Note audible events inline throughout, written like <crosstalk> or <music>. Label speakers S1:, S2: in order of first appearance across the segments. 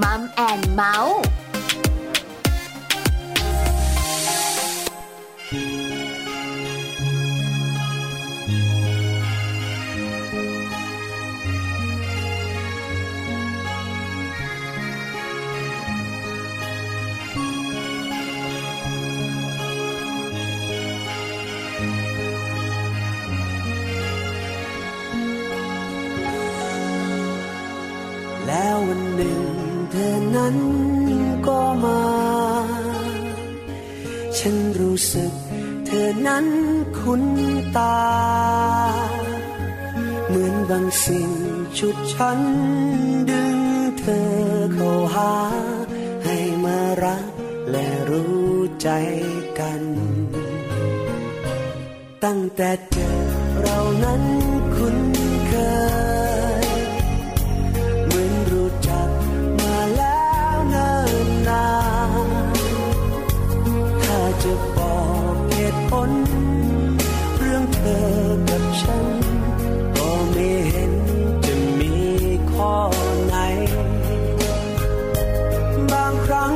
S1: มัมแอนเมาส์
S2: แล้ววันหนึ่งเธอนั้นก็มา ฉันรู้สึกเธอนั้นคุ้นตา เหมือนบางสิ่งชุดฉันดึงเธอเข้าหา ให้มารักและรู้ใจกัน ตั้งแต่เจอเรานั้นคุ้นเคย เหมือนรู้จักมาแล้วเนิ่นนานถ้าจะบอกเหตุผล เรื่องเธอกับฉัน ก็ไม่เห็นจะมีข้อไหน บางครั้ง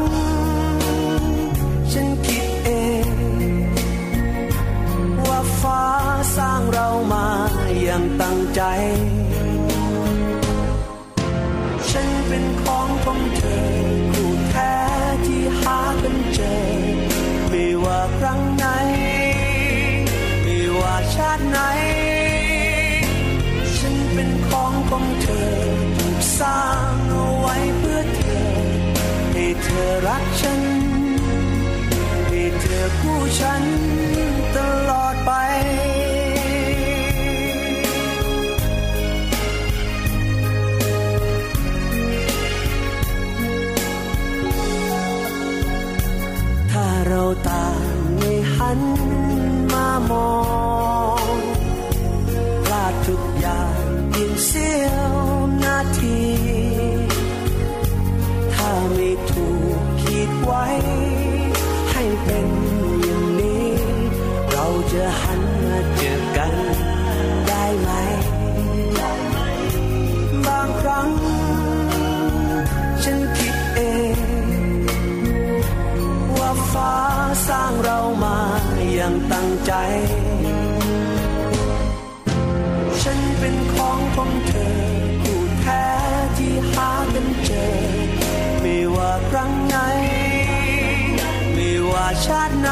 S2: ฉันคิดเอง ว่าฟ้าสร้างเรามาอย่างตั้งใจ ฉันเป็นของของเธอคู่แท้ที่หากันเจอ ไม่ว่าครั้งไหน ไม่ว่าชาติไหน ฉันเป็นของของเธอถูกสร้างเอาไว้เพื่อเธอ ให้เธอรักฉัน ให้เธอคู่ฉันตลอดไป ถ้าเราต่างไม่หันมามองพลาดทุกอย่างเพียงเสี้ยวนาที ถ้าไม่ถูกขีดไว้ ให้เป็นอย่างนี้ เราจะหันมาเจอกันได้ไหม บางครั้ง ฉันคิดเอง ว่าฟ้าสร้างเรามาอย่างตั้งใจ ฉันเป็นของของเธอคู่แท้ที่หากันเจอ ไม่ว่าครั้งไหน ไม่ว่าชาติไหน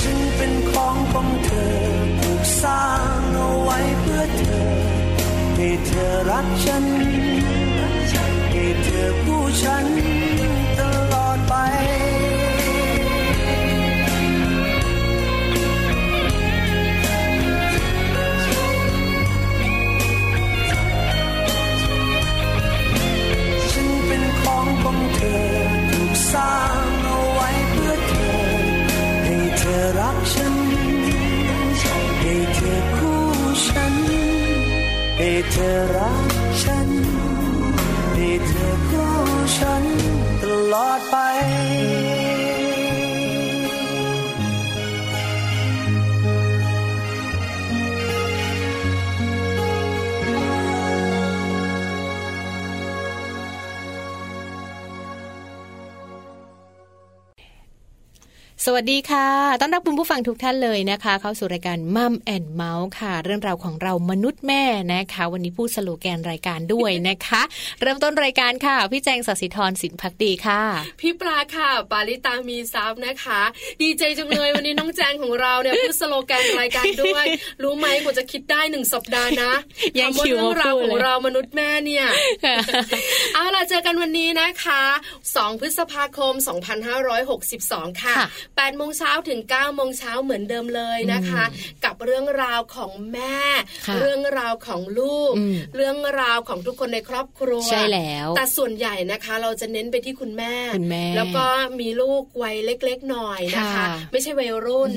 S2: ฉันเป็นของของเธอถูกสร้างเอาไว้เพื่อเธอ ให้เธอรักฉัน ให้เธอผู้ฉันตลอดไป ฉันเป็นของของเธอถูกสร้างเอาไว้เพื่อเธอ ให้เธอรักฉัน ให้เธอคู่ฉัน ให้เธอรักฉัน ให้เธอคู่ฉันตลอดไป
S3: สวัสดีค่ะ ต้อนรับคุณผู้ฟังทุกท่านเลยนะคะ เข้าสู่รายการมัมแอนเมาส์ค่ะ เรื่องราวของเรามนุษย์แม่นะคะ วันนี้พูดสโลแกนรายการด้วยนะคะ <laughs> เริ่มต้นรายการค่ะ พี่แจงสศิธรสินพักดีค่ะ
S4: พี่ปลาค่ะ ปาลิตามีซับนะคะ ดีใจจังเลย วันนี้น้องแจงของเราเนี่ยพูดสโลแกนรายการด้วย รู้ไหมกว่าจะคิดได้หนึ่งสัปดาห์นะ
S3: ยัง
S4: คำว่า
S3: คิว
S4: เรื่อ
S3: มาง
S4: ราว
S3: พูด
S4: ข
S3: เลย
S4: องเรามนุษย์แม่เนี่ย เอาล่ะเจอกันวันนี้นะคะ 2 พฤษภาคม 2562 ค่ะ
S3: ค่ะ
S4: 8โมงเช้าถึง9โมงเช้าเหมือนเดิมเลยนะคะ กับเรื่องราวของแม่
S3: ค่ะ
S4: เรื่องราวของลูก
S3: อืม
S4: เรื่องราวของทุกคนในครอบครัว
S3: ใช่แล้ว
S4: แต่ส่วนใหญ่นะคะ เราจะเน้นไปที่คุณแม่
S3: คุณแม่
S4: แล้วก็มีลูกวัยเล็ก ๆ หน่อยนะคะ
S3: ค่ะ
S4: ไม่ใช่วัยรุ่น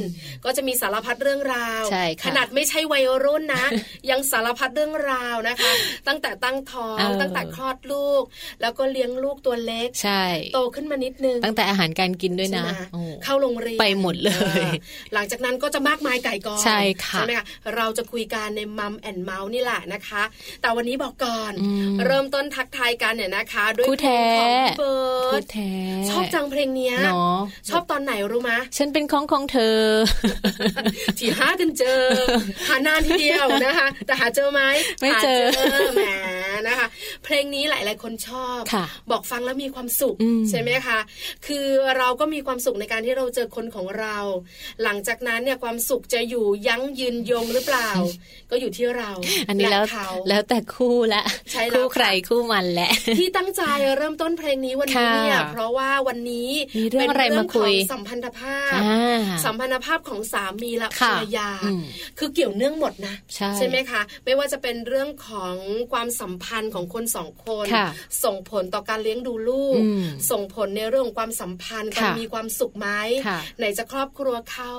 S4: ก็จะมีสารพัดเรื่องราว
S3: ใช่ค่ะ
S4: ขนาดไม่ใช่วัยรุ่น
S3: <laughs>
S4: นะ ยังสารพัดเรื่องราวนะคะ ตั้งแต่ตั้งท้อง
S3: เออ
S4: ตั้งแต่คลอด คลอดลูกแล้วก็เลี้ยงลูกตัวเล็ก
S3: ใช่
S4: โตขึ้นมานิดนึง
S3: ตั้งแต่อาหารการกินด้วยนะ
S4: ใช่ไหม
S3: โอ้
S4: เข้าโร รงเรียน
S3: ไปหมดเลย
S4: ออหลังจากนั้นก็จะมากมายไก่กอง
S3: ใช่ค่ะ
S4: ใช่ไหมคะเราจะคุยกันในมัมแอนเมาส์นี่แหละนะคะ แต่วันนี้บอกก่อน
S3: อืม
S4: เริ่มต้นทักทายกันเนี่ยนะคะ ด้วย
S3: คู่แท้
S4: เพลงของพี่เบิ
S3: พู
S4: ร์
S3: ด
S4: ด
S3: แท้
S4: ชอบจังเพลงเนี้ย
S3: เนาะ
S4: ชอบตอนไหนรู้มะ
S3: ฉันเป็นของของเธอ <laughs>
S4: <laughs> ถี่หากันเจอ หานานทีเดียวนะคะ
S3: <laughs>
S4: แต่หาเจอไหม
S3: ไม่เจอ
S4: หาแหมนะคะ เพลงนี้หลายๆ คนชอบ
S3: ค่ะ
S4: บอกฟังแล้วมีความสุข
S3: อืม
S4: ใช่ไหมคะคือเราก็มีความสุขในการที่เราเจอคนของเรา หลังจากนั้นเนี่ยความสุขจะอยู่ยั้งยืนยงหรือเป
S3: <laughs>
S4: ล่า ก็อยู่ที่เรา
S3: อันนี้แล้ว
S4: ะเขา
S3: แล้วแต่คู่ละ
S4: ใช่แล้ว
S3: คู่
S4: ค่ะ
S3: ใครคู่มันแหละ
S4: ที่ตั้งใจเริ่มต้นเพลงนี้วันนี้เนี่ย
S3: ค่ะ
S4: เพราะว่าวันนี้
S3: มีเรื่องอะไร
S4: ป็น
S3: มาคุย
S4: ของสัมพันธภาพ
S3: อ่า
S4: สัมพันธภาพของสามีและภร
S3: ค่ะ
S4: รยา
S3: อืม
S4: คือเกี่ยวเนื่องหมดนะ
S3: ใช่
S4: ไหมคะไม่ว่าจะเป็นเรื่องของความสัมพันธ์ของคนสองคน
S3: ค่ะ
S4: ส่งผลต่อการเลี้ยงดูลูก
S3: อืม
S4: ส่งผลในเรื่องของความสัมพันธ์
S3: ค่ะ
S4: การมีความสุขไหม
S3: ค่ะ
S4: ไหนจะครอบครัวเขา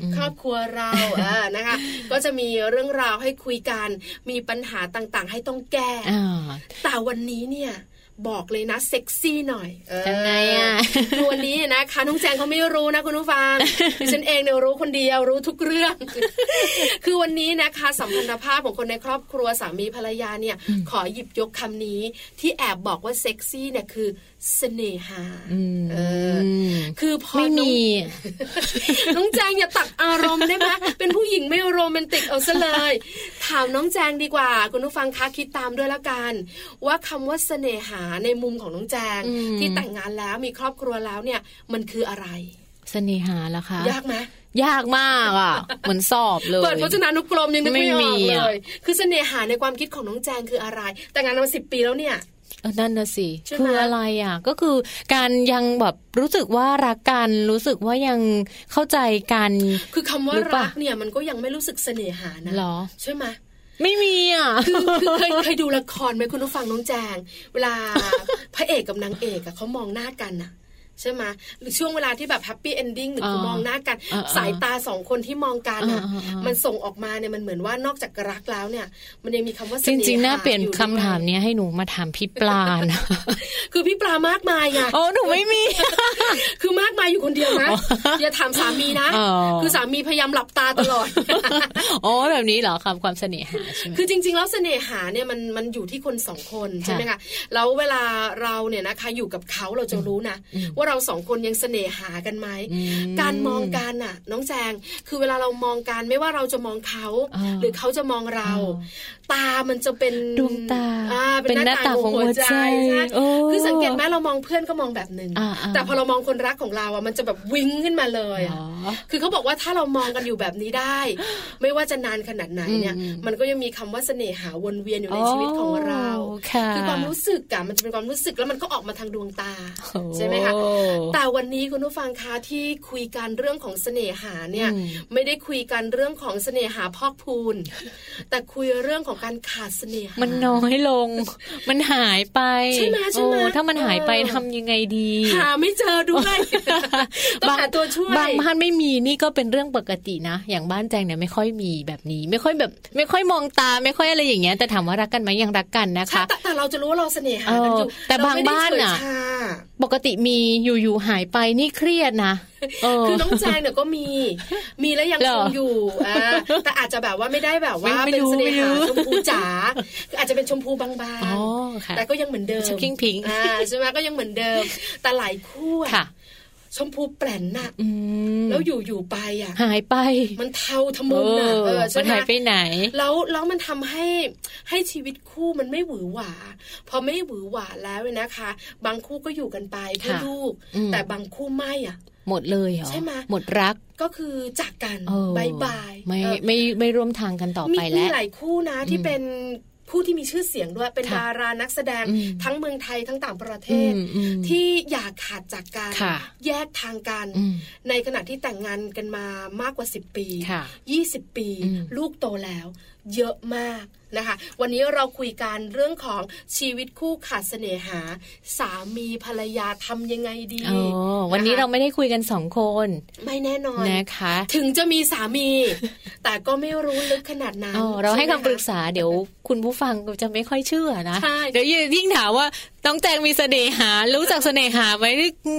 S3: อืม
S4: ครอบครัว
S3: <laughs>
S4: เราเออนะคะ ก็จะมีเรื่องราวให้คุยกันมีปัญหาต่างๆ ให้ต้องแก้
S3: อ่า
S4: แต่วันนี้เนี่ยบอกเลยนะเซ็กซี่หน่อยเออ
S3: ยังไงอะ
S4: คือวันนี้นะคะน้องแจงเขาไม่รู้นะคุณผู้ฟั
S3: <laughs>
S4: ง ดิฉันเองเนี่ยรู้คนเดียวรู้ทุกเรื่อง <laughs> คือวันนี้นะคะสัมพันธภาพของคนในครอบครัวสามีภรรยาเนี่ย ขอหยิบยกคำนี้ ที่แอบบอกว่าเซ็กซี่เนี่ยคือเสน่หาเออ
S3: ม
S4: คือพอ
S3: ไม่มี
S4: <laughs> น้อง น้องแจงอย่าตัดอารมณ์ได้ไหมเป็นผู้หญิงไม่โรแมนติกเอาซะเลย <laughs> ถามน้องแจงดีกว่า คุณผู้ฟังคะคิดตามด้วยแล้วกัน ว่าคำว่าเสน่หาในมุมของน้องแจง
S3: อืม
S4: ที่แต่งงานแล้วมีครอบครัวแล้วเนี่ยมันคืออะไร
S3: เสน่หาละคะ
S4: ยากไหม
S3: ยากมากอ่ะ เหมือนสอบเลย
S4: เปิดพจนานุกรมยังนึกไม่อ
S3: ไม่
S4: อก
S3: มี
S4: เล
S3: อะ
S4: ย คือเสน่หาในความคิดของน้องแจงคืออะไร แต่งงานมาสิบปีแล้วเนี่ย
S3: เออนั่นนะสิ
S4: ใช่ไหม
S3: คืออะไรอ่ะ ก็คือการยังแบบรู้สึกว่ารักกันรู้สึกว่ายังเข้าใจกัน
S4: คือคำว่า
S3: หรือเปล่า
S4: รักเนี่ยมันก็ยังไม่รู้สึกเสน่หานะ
S3: หรอ
S4: ใช่ไหม
S3: ไม่มีอ่ะ
S4: คือคือเคยเคยดูละครไหมคุณผู้ฟังน้องแจง เวลา พระเอกกับนางเอกอะเขามองหน้ากันอะใช่ไหมหรือช่วงเวลาที่แบบแฮปปี้เอนดิ้งหรือ
S3: อ่า
S4: คือมองหน้ากัน
S3: อ่าอ่า
S4: สายตาสองคนที่มองกันอะ
S3: อ่าอ่าอ่ามั
S4: มันส่งออกมาเนี่ยมันเหมือนว่านอกจากรักแล้วเนี่ย มันยังมีคำว่าเส
S3: จ
S4: น่หา
S3: ริงๆน่าเปลี่ยน
S4: อด้วย
S3: คำถามเนี้ยให้หนูมาถามพี่ปลานะ
S4: คือพี่ปลามากมายอะ
S3: โอ้หนูไม่มี <laughs>
S4: คือมากมายอยู่คนเดียวนะ อย่าถามสามีนะ
S3: อ๋อ
S4: คือสามีพยายามหลับตาตลอด
S3: โอ้แบบนี้เหรอคำความเสน่หาใช่ไหม
S4: คือจริง ๆ แล้วเสน่หาเนี่ยมันมันอยู่ที่คนสองคนใช่ไหมคะแล้วเวลาเราเนี่ยนะคะอยู่กับเขาเราจะรู้นะว่าเราสองคนยังเสน่หากันไหม
S3: อืม
S4: การมองกันน่ะ น้องแจง คือเวลาเรามองกันไม่ว่าเราจะมองเขา
S3: อ่า
S4: หรือเขาจะมองเรา
S3: อ่
S4: ตามันจะเป็น
S3: ดวงตา
S4: อ่
S3: เป็
S4: เป็น นหน้า
S3: หน้าตา
S4: ตา
S3: ข
S4: ข
S3: อ
S4: อง ง
S3: หั
S4: หั
S3: ว
S4: ว
S3: ใจ
S4: ใจใช่
S3: โอ้
S4: คือสังเกตไหมเรามองเพื่อนก็มองแบบหนึ่ง
S3: อ่าๆ
S4: แต่พอเรามองคนรักของเราอ่ะมันจะแบบวิ่งขึ้นมาเลย
S3: อ๋
S4: อ
S3: อ
S4: ะคือเขาบอกว่าถ้าเรามองกันอยู่แบบนี้ได้ ไม่ว่าจะนานขนาดไหนเนี่ย
S3: อืม
S4: มันก็ยังมีคำว่าเสน่หาวนเวียนอยู่ใน
S3: อ๋อ
S4: ชีวิตของเรา
S3: ค่ะ
S4: อความรู้สึกอะมันจะเป็นความรู้สึกแล้วมันก็ออกมาทางดวงตา
S3: โอ้
S4: ใช่ไหมคะแต่วันนี้คุณผู้ฟังคะที่คุยกันเรื่องของเสน่หาเนี่ย
S3: อืม
S4: ไม่ได้คุยกันเรื่องของเสน่หาพอกพูน แต่คุยเรื่องของการขาดเสน่หา
S3: มันน้อยลง มันหายไป
S4: ใช่ไหมใช่ไหม
S3: โอ้ถ้ามันหายไป
S4: เออ
S3: ทำยังไงดี
S4: หาไม่เจอด้วย ต้องหาตัวช่วย
S3: บางบ้านไม่มีนี่ก็เป็นเรื่องปกตินะ อย่างบ้านแจงเนี่ยไม่ค่อยมีแบบนี้ ไม่ค่อยแบบ ไม่ค่อยมองตาไม่ค่อยอะไรอย่างเงี้ยแต่ถามว่ารักกันไหมยังรักกันนะ
S4: ใช่
S3: คะ
S4: แต่แต่เราจะรู้ว่าเราเสน่หากันอยู่
S3: เออแต่บางบ้านน่ะ
S4: น่ะ
S3: ปกติมีอยู่ๆหายไปนี่เครียดนะเ
S4: คือน้องแจงเนี่ยก็มี มีแล้วยัง
S3: เหร
S4: ค
S3: อง
S4: อยู่อ่าแต่อาจจะแบบว่าไม่ได้แบบว่า
S3: ไม่
S4: เป็น
S3: รู้
S4: เสน่
S3: ไม่รู้
S4: หาชมพูจ๋าคืออาจจะเป็นชมพูบาง
S3: อ๋อค่ะ
S4: ๆ แต่ก็ยังเหมือนเดิม
S3: ชมกิ้งพิง
S4: อ่าใช่ไหมก็ยังเหมือนเดิม แต่หลายคู่อะ
S3: ค่ะ
S4: ชมพูแปลนน่ะ
S3: อืม
S4: แล้วอยู่อยู่ๆไปอ่ะ
S3: หายไป
S4: มันเทาทะ
S3: เอ
S4: มึนน่ะ
S3: อ
S4: เออ
S3: มั
S4: ใช่
S3: น
S4: ไหม
S3: หายไปไหน
S4: แล้วแล้วมันทำให้ให้ชีวิตคู่มันไม่หวือหวาพอไม่หวือหวาแล้วเนี่ยนะคะ บางคู่ก็อยู่กันไปเพื่อ
S3: ค่ะ
S4: ลูก
S3: อืม
S4: แต่บางคู่ไม่อ่ะ
S3: หมดเลยเหรอ
S4: ใช่ไหม
S3: หมดรัก
S4: ก็คือจากกัน
S3: เออบ
S4: ายบาย
S3: ไม่
S4: เออ
S3: ไม่ไม่ร่วมทางกันต่อไป
S4: มี
S3: แล้ว
S4: มีหลายคู่นะที่เป็นผู้ที่มีชื่อเสียงด้วยเป็น
S3: ค่ะ
S4: ดารานักแสดง
S3: อืม
S4: ทั้งเมืองไทยทั้งต่างประเทศ
S3: อืมอืม
S4: ที่อยากขาดจากกัน
S3: ค่ะ
S4: แยกทางกัน
S3: อืม
S4: ในขณะที่แต่งงานกันมามากกว่า 10 ปี
S3: ค่ะ
S4: 20 ปี
S3: อืม
S4: ลูกโตแล้ว เยอะมากนะคะ วันนี้เราคุยกันเรื่องของชีวิตคู่ขาดเสน่หา สามีภรรยาทำยังไงดี
S3: ๋อวันนี้
S4: ะคะ
S3: เราไม่ได้คุยกันสองคน
S4: ไม่แน่นอน
S3: นะคะ
S4: ถึงจะมีสามี
S3: <laughs>
S4: แต่ก็ไม่รู้ลึกขนาดนั้น
S3: อ๋อ เราให้
S4: ช่ไม
S3: คำปรึก
S4: คะ
S3: ษาเดี๋ยวคุณผู้ฟังจะไม่ค่อยเชื่อนะ
S4: ใช่
S3: เดี๋ยวยิ่งถามว่าต้องแจงมีเสน่หา รู้จักเสน่หาไหม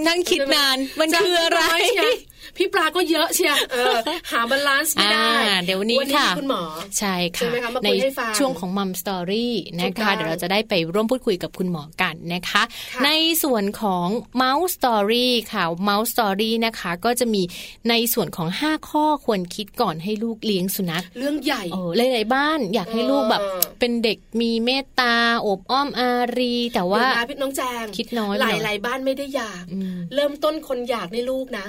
S3: นั่งคิดนาน มันคืออะไร
S4: จำด้หม พี่ปลาก็เยอะเชียว <laughs> เออหาบาลานซ์ไม่ได้
S3: อ่าเดี๋ยววันนี้
S4: วันนี้
S3: ค่ะ
S4: มีคุณหมอ
S3: ใช่
S4: ใช่ไหมคะมาคุย
S3: ใน
S4: ให้ฟัง
S3: ช่วงของมัมสตอรี่นะ
S4: ถูกต้
S3: คะ
S4: อง
S3: เดี๋ยวเราจะได้ไปร่วมพูดคุยกับคุณหมอกันนะคะ
S4: ค่ะ
S3: ในส่วนของเมาส์สตอรี่ค่ะเมาส์สตอรี่นะคะ ก็จะมีในส่วนของ 5 ข้อควรคิดก่อนให้ลูกเลี้ยงสุนัข
S4: เรื่องใหญ่
S3: เออหลายๆบ้านอยากให้ลูกแบบ
S4: เออ
S3: เป็นเด็กมีเมตตาโอบอ้อมอารี แต่ว่า
S4: เดี๋ยนะพี่น้องแจง
S3: คิดน้อยไป
S4: ห
S3: หน่
S4: ลา
S3: อยย
S4: หลายบ้านไม่ได้อยาก
S3: อืม
S4: เริ่มต้นคนอยากในลูกนะ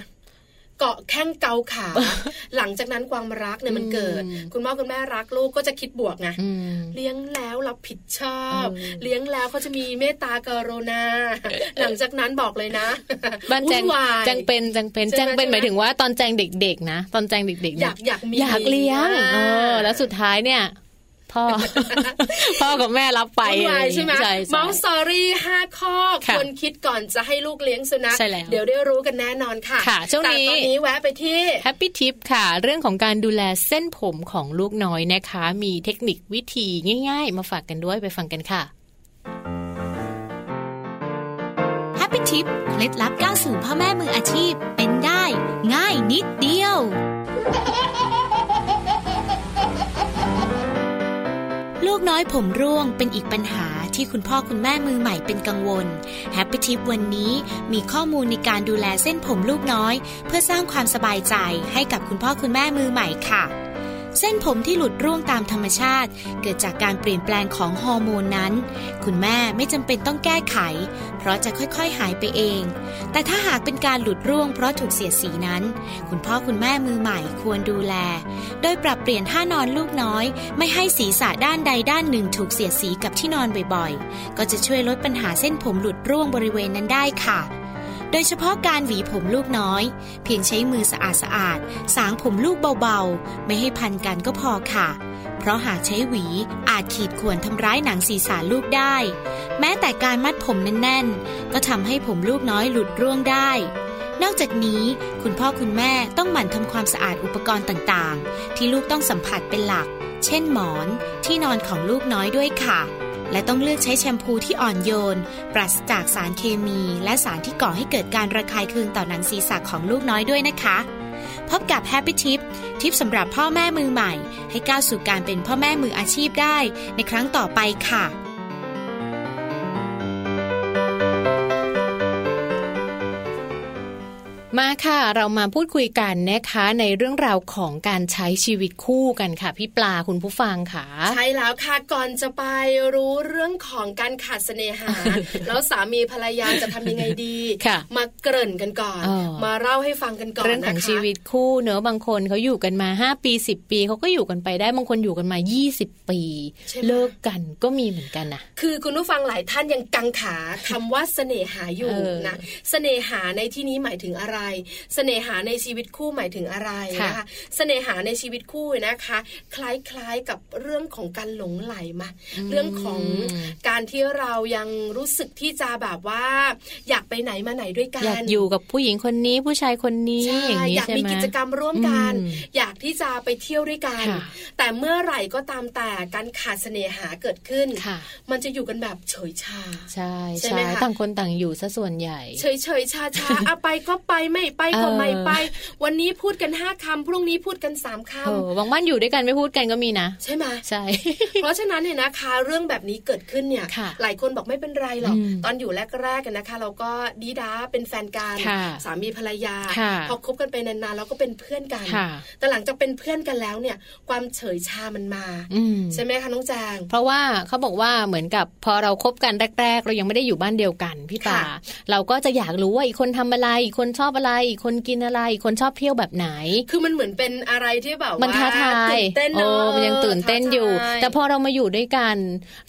S4: เกาะแข้งเกาขา
S3: <laughs>
S4: หลังจากนั้นความรักเนี่ยมันเกิด
S3: อืม
S4: คุณพ่อคุณแม่รักลูกก็จะคิดบวกไง
S3: อืม
S4: เลี้ยงแล้วรับผิดชอบ
S3: เออ
S4: เลี้ยงแล้วเขาจะมีเมตตากรุณา <laughs> หลังจากนั้นบอกเลยนะ
S3: <laughs> บ้านแจง
S4: วุ่วาย
S3: แจงเป็นแจงเป็น
S4: ใช่ไหม
S3: แจงเป็น
S4: ใช่ไหม
S3: หมายถึงว่าตอนแจงเด็กๆ นะ ตอนแจงเด็กๆเนี่ย
S4: อากอยากมี
S3: อยากเลี้ยง
S4: อ่า
S3: เออแล้วสุดท้ายเนี่ย
S4: <laughs>
S3: พ่อ พ่อกับแม่รับไป
S4: วุ่นวายใช่ไหม
S3: ใช่
S4: เมาส์
S3: ใช่
S4: สอรี่ห้าข้อ
S3: ค่ะ
S4: ควรคิดก่อนจะให้ลูกเลี้ยงสุนัข
S3: ใช่แล้ว
S4: เดี๋ยวได้รู้กันแน่นอนค่ะ
S3: ค่ะช่วงนี้
S4: แต่ตอนนี้แวะไปที่
S3: แฮปปี้ทิปค่ะ เรื่องของการดูแลเส้นผมของลูกน้อยนะคะ มีเทคนิควิธีง่ายๆ มาฝากกันด้วยไปฟังกันค่ะ
S1: แฮปปี้ทิปเคล็ดลับก้าวสู่พ่อแม่มืออาชีพเป็นได้ ง่ายนิดเดียว ลูกน้อยผมร่วงเป็นอีกปัญหาที่คุณพ่อคุณแม่มือใหม่เป็นกังวลแฮปปี้ทิปวันนี้มีข้อมูลในการดูแลเส้นผมลูกน้อย เพื่อสร้างความสบายใจให้กับคุณพ่อคุณแม่มือใหม่ค่ะ เส้นผมที่หลุดร่วงตามธรรมชาติ เกิดจากการเปลี่ยนแปลงของฮอร์โมนนั้น คุณแม่ไม่จำเป็นต้องแก้ไข เพราะจะค่อยๆหายไปเอง แต่ถ้าหากเป็นการหลุดร่วงเพราะถูกเสียดสีนั้น คุณพ่อคุณแม่มือใหม่ควรดูแล โดยปรับเปลี่ยนท่านอนลูกน้อย ไม่ให้ศีรษะด้านใดด้านหนึ่งถูกเสียดสีกับที่นอนบ่อยๆ ก็จะช่วยลดปัญหาเส้นผมหลุดร่วงบริเวณนั้นได้ค่ะ โดยเฉพาะการหวีผมลูกน้อย เพียงใช้มือสะอาดๆ สางผมลูกเบาๆ ไม่ให้พันกันก็พอค่ะ เพราะหากใช้หวีอาจขีดข่วนทำร้ายหนังศีรษะลูกได้ แม้แต่การมัดผมแน่นๆ ก็ทำให้ผมลูกน้อยหลุดร่วงได้ นอกจากนี้ คุณพ่อคุณแม่ต้องหมั่นทำความสะอาดอุปกรณ์ต่างๆ ที่ลูกต้องสัมผัสเป็นหลัก เช่นหมอน ที่นอนของลูกน้อยด้วยค่ะ และต้องเลือกใช้แชมพูที่อ่อนโยน ปราศจากสารเคมี และสารที่ก่อให้เกิดการระคายเคืองต่อหนังศีรษะของลูกน้อยด้วยนะคะ พบกับ Happy Tip ทิปสำหรับพ่อแม่มือใหม่ ให้ก้าวสู่การเป็นพ่อแม่มืออาชีพได้ ในครั้งต่อไปค่ะ
S3: มาค่ะเรามาพูดคุยกันนะคะ ในเรื่องราวของการใช้ชีวิตคู่กันค่ะ พี่ปลาคุณผู้ฟังค่ะ
S4: ใช่แล้วค่ะก่อนจะไปรู้เรื่องของการขาดเสน่
S3: <laughs>
S4: หา แล้วสามีภรรยาจะทำยังไงดี
S3: ค่ะ
S4: มาเกริ่นกันก่อน
S3: เออ
S4: มาเล่าให้ฟังกันก่อน
S3: เรื่องของ
S4: นะคะ
S3: ชีวิตคู่เนอะบางคนเขาอยู่กันมา 5 ปี 10 ปีเขาก็อยู่กันไปได้บางคนอยู่กันมา 20 ปี เลิกกันก็มีเหมือนกันนะ
S4: คือคุณผู้ฟังหลายท่านยังกังขาคำว่าเสน่หาอยู่
S3: เออ
S4: นะ เสน่หาในที่นี้หมายถึงอะไร เสน่หาในชีวิตคู่หมายถึงอะไร
S3: ค่ะ
S4: นะคะ เสน่หาในชีวิตคู่นะคะ คล้ายๆกับเรื่องของการหลงไหลมา เรื่องของการที่เรายังรู้สึกที่จะแบบว่า อยากไปไหนมาไหนด้วยกัน
S3: อยากอยู่กับผู้หญิงคนนี้ผู้ชายคนนี้
S4: ใช่
S3: อย่างนี้
S4: อยาก
S3: ใช่
S4: มี
S3: ไหม
S4: กิจกรรมร่วมกัน
S3: อืม
S4: อยากที่จะไปเที่ยวด้วยกัน
S3: ค่ะ
S4: แต่เมื่อไหร่ก็ตามแต่การขาดเสน่หาเกิดขึ้น
S3: ค่ะ
S4: มันจะอยู่กันแบบเฉยชา
S3: ใช่
S4: ใช่ไหม
S3: ใช่
S4: คะ
S3: ต่างคนต่างอยู่ซะส่วนใหญ่
S4: เฉยเฉยชาชาๆอะไปก็ไปไม่ไปก็
S3: เออ
S4: ไม่ไป วันนี้พูดกันห้าคำพรุ่งนี้พูดกันสามค
S3: เออบางบ้านอยู่ด้วยกันไม่พูดกันก็มีนะ
S4: ำใช่ไหม <laughs>
S3: ใช่
S4: เพราะฉะนั้นเนี่ยนะคะเรื่องแบบนี้เกิดขึ้นเนี่ย
S3: ค่ะ
S4: หลายคนบอกไม่เป็นไรหรอก
S3: อืม
S4: ตอนอยู่แรกๆกันนะคะ เราก็ดีด้าเป็นแฟนกัน
S3: ค่ะ
S4: สามีภรรยา
S3: ค่ะ
S4: พอคบกันไปนานๆเราก็เป็นเพื่อนกัน
S3: ค่ะ
S4: แต่หลังจากเป็นเพื่อนกันแล้วเนี่ย ความเฉยชามันมา
S3: อืม
S4: ใช่ไหมคะน้องแจง
S3: เพราะว่าเขาบอกว่าเหมือนกับพอเราคบกันแรก ๆ เรายังไม่ได้อยู่บ้านเดียวกันพี่ป่า
S4: ค่ะ
S3: เราก็จะอยากรู้ว่าอีกคนทำอะไรอีกคนชอบอะไรอีกคนกินอะไรอีกคนชอบเที่ยวแบบไหน
S4: คือมันเหมือนเป็นอะไรที่แบบว่
S3: มันท้าทาย
S4: ตื่นเต้น
S3: โอ้
S4: เนาะ
S3: มันยังตื่นเต้นอยู่
S4: ท้าทา
S3: แต่พอเรามาอยู่ด้วยกัน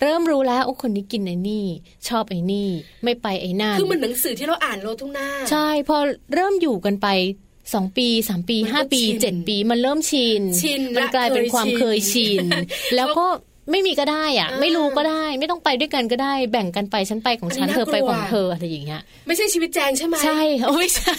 S3: เริ่มรู้แล้วโอ้คนนี้กินไอ้นี่ ชอบไอ้นี่ ไม่ไปไอ้นั่น
S4: คือเหมันหนังสือที่เราอ่านโลทุ่งหน้า
S3: ใช่พอเริ่มอยู่กันไปสองปีสามปี
S4: มันก็
S3: ห้าปี
S4: ชิน
S3: เจ็ดปี มันเริ่มชิน
S4: ชิน
S3: มัน
S4: และ
S3: กลายเป็น
S4: เคย <laughs>
S3: ความ
S4: ชิน
S3: เคยชิน แล้วก็ ไม่มีก็ได้อะ
S4: อ่า
S3: ไม่รู้ก็ได้ ไม่ต้องไปด้วยกันก็ได้ แบ่งกันไปฉันไปของฉัน
S4: อันนี้
S3: เธอไป
S4: น่ากลั
S3: ข
S4: ว
S3: องเธออะไรอย่างเงี้ย
S4: ไม่ใช่ชีวิตแจงใช่ไหม
S3: ใช่
S4: <laughs>
S3: โอ้ยใช่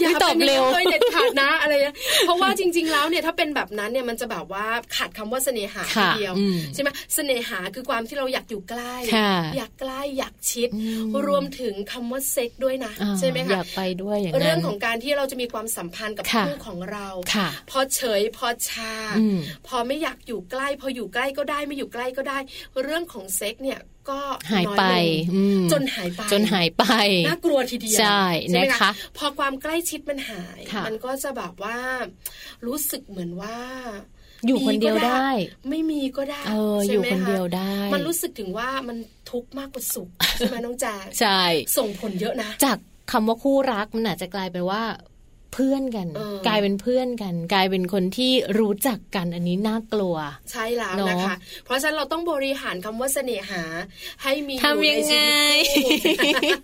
S4: อย่า
S3: อุ๊ยตอบ
S4: ป็น
S3: เร็ว
S4: ย่างนั้นเลยเด็ดขาดนะอะไรเงี้ยเพราะว่าจริง ๆ แล้วเนี่ยถ้าเป็นแบบนั้นเนี่ยมันจะแบบว่าขาดคำว่าเสน่หาที
S3: ค่ะ
S4: เดียว
S3: อืม
S4: ใช่ไหมเสน่หาคือความที่เราอยากอยู่ใกล้
S3: ค่ะ
S4: อยากใกล้อยากชิด
S3: อืม
S4: รวมถึงคำว่าเซ็กด้วยนะ
S3: อ่า
S4: ใช่ไหม
S3: อ
S4: คะ
S3: ยากไปด้วยอย่างนั้น
S4: เรื่องของการที่เราจะมีความสัมพันธ์กับ
S3: ค่ะ
S4: คู่ของเรา
S3: ค่ะ
S4: พอเฉยพอชา
S3: อืม
S4: พอไม่อยากอยู่ใกล้ พออยู่ใกล้ก็ได้ไม่อยู่ใกล้ก็ได้ เรื่องของเซ็กเนี่ยก็
S3: หาย
S4: น้อ
S3: ไป
S4: ลง
S3: อืม
S4: จนหายไป
S3: จนหายไป
S4: น่ากลัวทีเดียว
S3: ใช่
S4: ไหม
S3: นะคะ
S4: พอความใกล้ชิดมันหาย
S3: ค่ะ
S4: มันก็จะแบบว่า รู้สึกเหมือนว่า
S3: อยู่
S4: มี
S3: คนเดียว
S4: ก็
S3: ได้
S4: ไม่มีก็ได้
S3: เออ
S4: ใช่
S3: อยู่
S4: ไหม
S3: คนเดียวได้
S4: มันรู้สึกถึงว่ามันทุกข์มากกว่าสุขใช่ไหมน้องแจง
S3: ใช่
S4: ส่งผลเยอะนะ
S3: จากคำว่าคู่รักมันอาจจะกลายไปว่าเพื่อนกัน
S4: เออ
S3: กลายเป็นเพื่อนกัน กลายเป็นคนที่รู้จักกันอันนี้น่ากลัว
S4: ใช่แล้ว
S3: เนอะ
S4: นะคะ เพราะฉะนั้นเราต้องบริหารคำว่าเสน่หา ให้มีอ
S3: ทำ
S4: ยู่
S3: ยัง
S4: ในชีวิต
S3: ไง
S4: คู่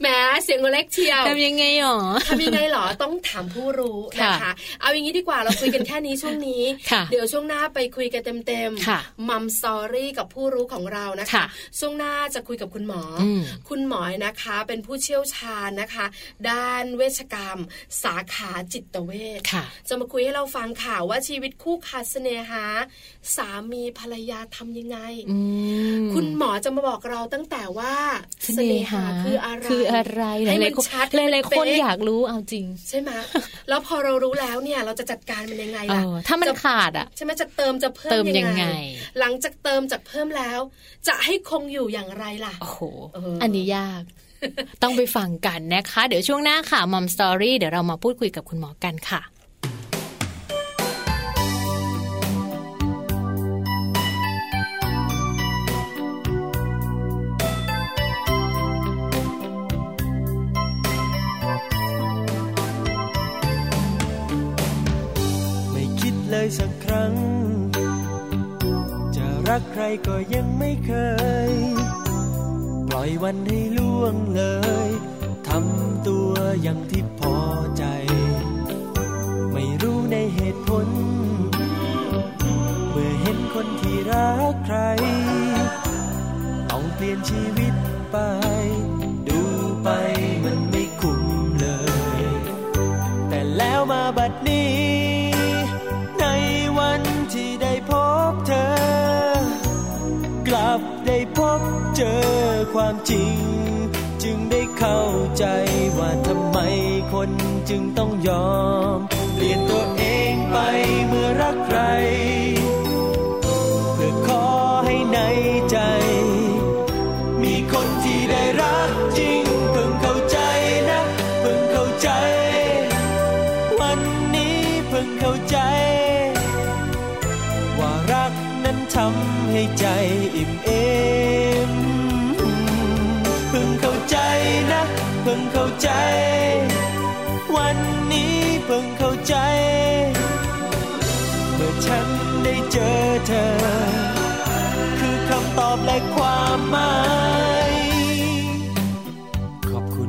S4: แหมเสียงเล็กเชียว
S3: ทำยังไงหรอ
S4: ทำยังไงเหรอ ต้องถามผู้รู้นะ
S3: ค่ะ
S4: คะ เอาอย่างนี้ดีกว่าเราคุยกันแค่นี้ช่วงนี้
S3: ค่ะ
S4: เดี๋ยวช่วงหน้าไปคุยกันเต็ม
S3: ค่ะ
S4: ๆมัมสอรี่กับผู้รู้ของเรานะคะ
S3: ค่ะ
S4: ช่วงหน้าจะคุยกับคุณหมออ
S3: ม
S4: คุณหมอนะคะ เป็นผู้เชี่ยวชาญนะคะ ด้านเวชกรรม สาขาจิตเวช
S3: ค่ะ
S4: จะมาคุยให้เราฟังค่ะ ว่าชีวิตคู่ขาดเสน่หา สามีภรรยาทำยังไง
S3: อืม
S4: คุณหมอจะมาบอกเราตั้งแต่ว่า
S3: เสน่หา
S4: คืออะไร
S3: คืออะไรห
S4: ให้
S3: ลา
S4: มั
S3: ย
S4: น
S3: ๆคน
S4: ชัด
S3: หลายๆคน
S4: เป๊ะ
S3: อยากรู้เอาจริง
S4: ใช่ไหม แล้วพอเรารู้แล้วเนี่ยเราจะจัดการมันยังไง
S3: เอ
S4: ล่ะ
S3: อถ้ามัน
S4: จะ
S3: ขาดอ่ะ
S4: ใช่ไหมจะเติมจะเพิ่
S3: เติมยังไง
S4: หลังจากเติมจากเพิ่มแล้ว จะให้คงอยู่อย่างไรล่ะ
S3: โอ้โห
S4: เอออั
S3: อันนี้ยาก ต้องไปฟังกันนะคะ เดี๋ยวช่วงหน้าค่ะมัมสตอรี่เดี๋ยวเรามาพูดคุยกับคุณหมอกันค่ะ
S2: ไม่คิดเลยสักครั้ง จะรักใครก็ยังไม่เคย ปล่อยวันให้ล่วงเลย ทำตัวอย่างที่พอใจ ไม่รู้ในเหตุผล เมื่อเห็นคนที่รักใคร ต้องเปลี่ยนชีวิตไป ดูไปมันไม่คุ้มเลย แต่แล้วมาบัดนี้ ในวันที่ได้พบเธอ กลับได้พบเจอความจริง จึงได้เข้าใจว่าทำไมคนจึงต้องยอม เปลี่ยนตัวเองไปเมื่อรักใคร เพื่อขอให้ในใจ มีคนที่ได้รักจริง เพิ่งเข้าใจนะ เพิ่งเข้าใจ วันนี้เพิ่งเข้าใจ ว่ารักนั้นทำให้ใจอิ่มเอมเพิ่งเข้าใจนะ เพิ่งเข้าใจ วันนี้เพิ่งเข้าใจ เมื่อฉันได้เจอเธอ คือคำตอบและความหมาย ขอบคุณ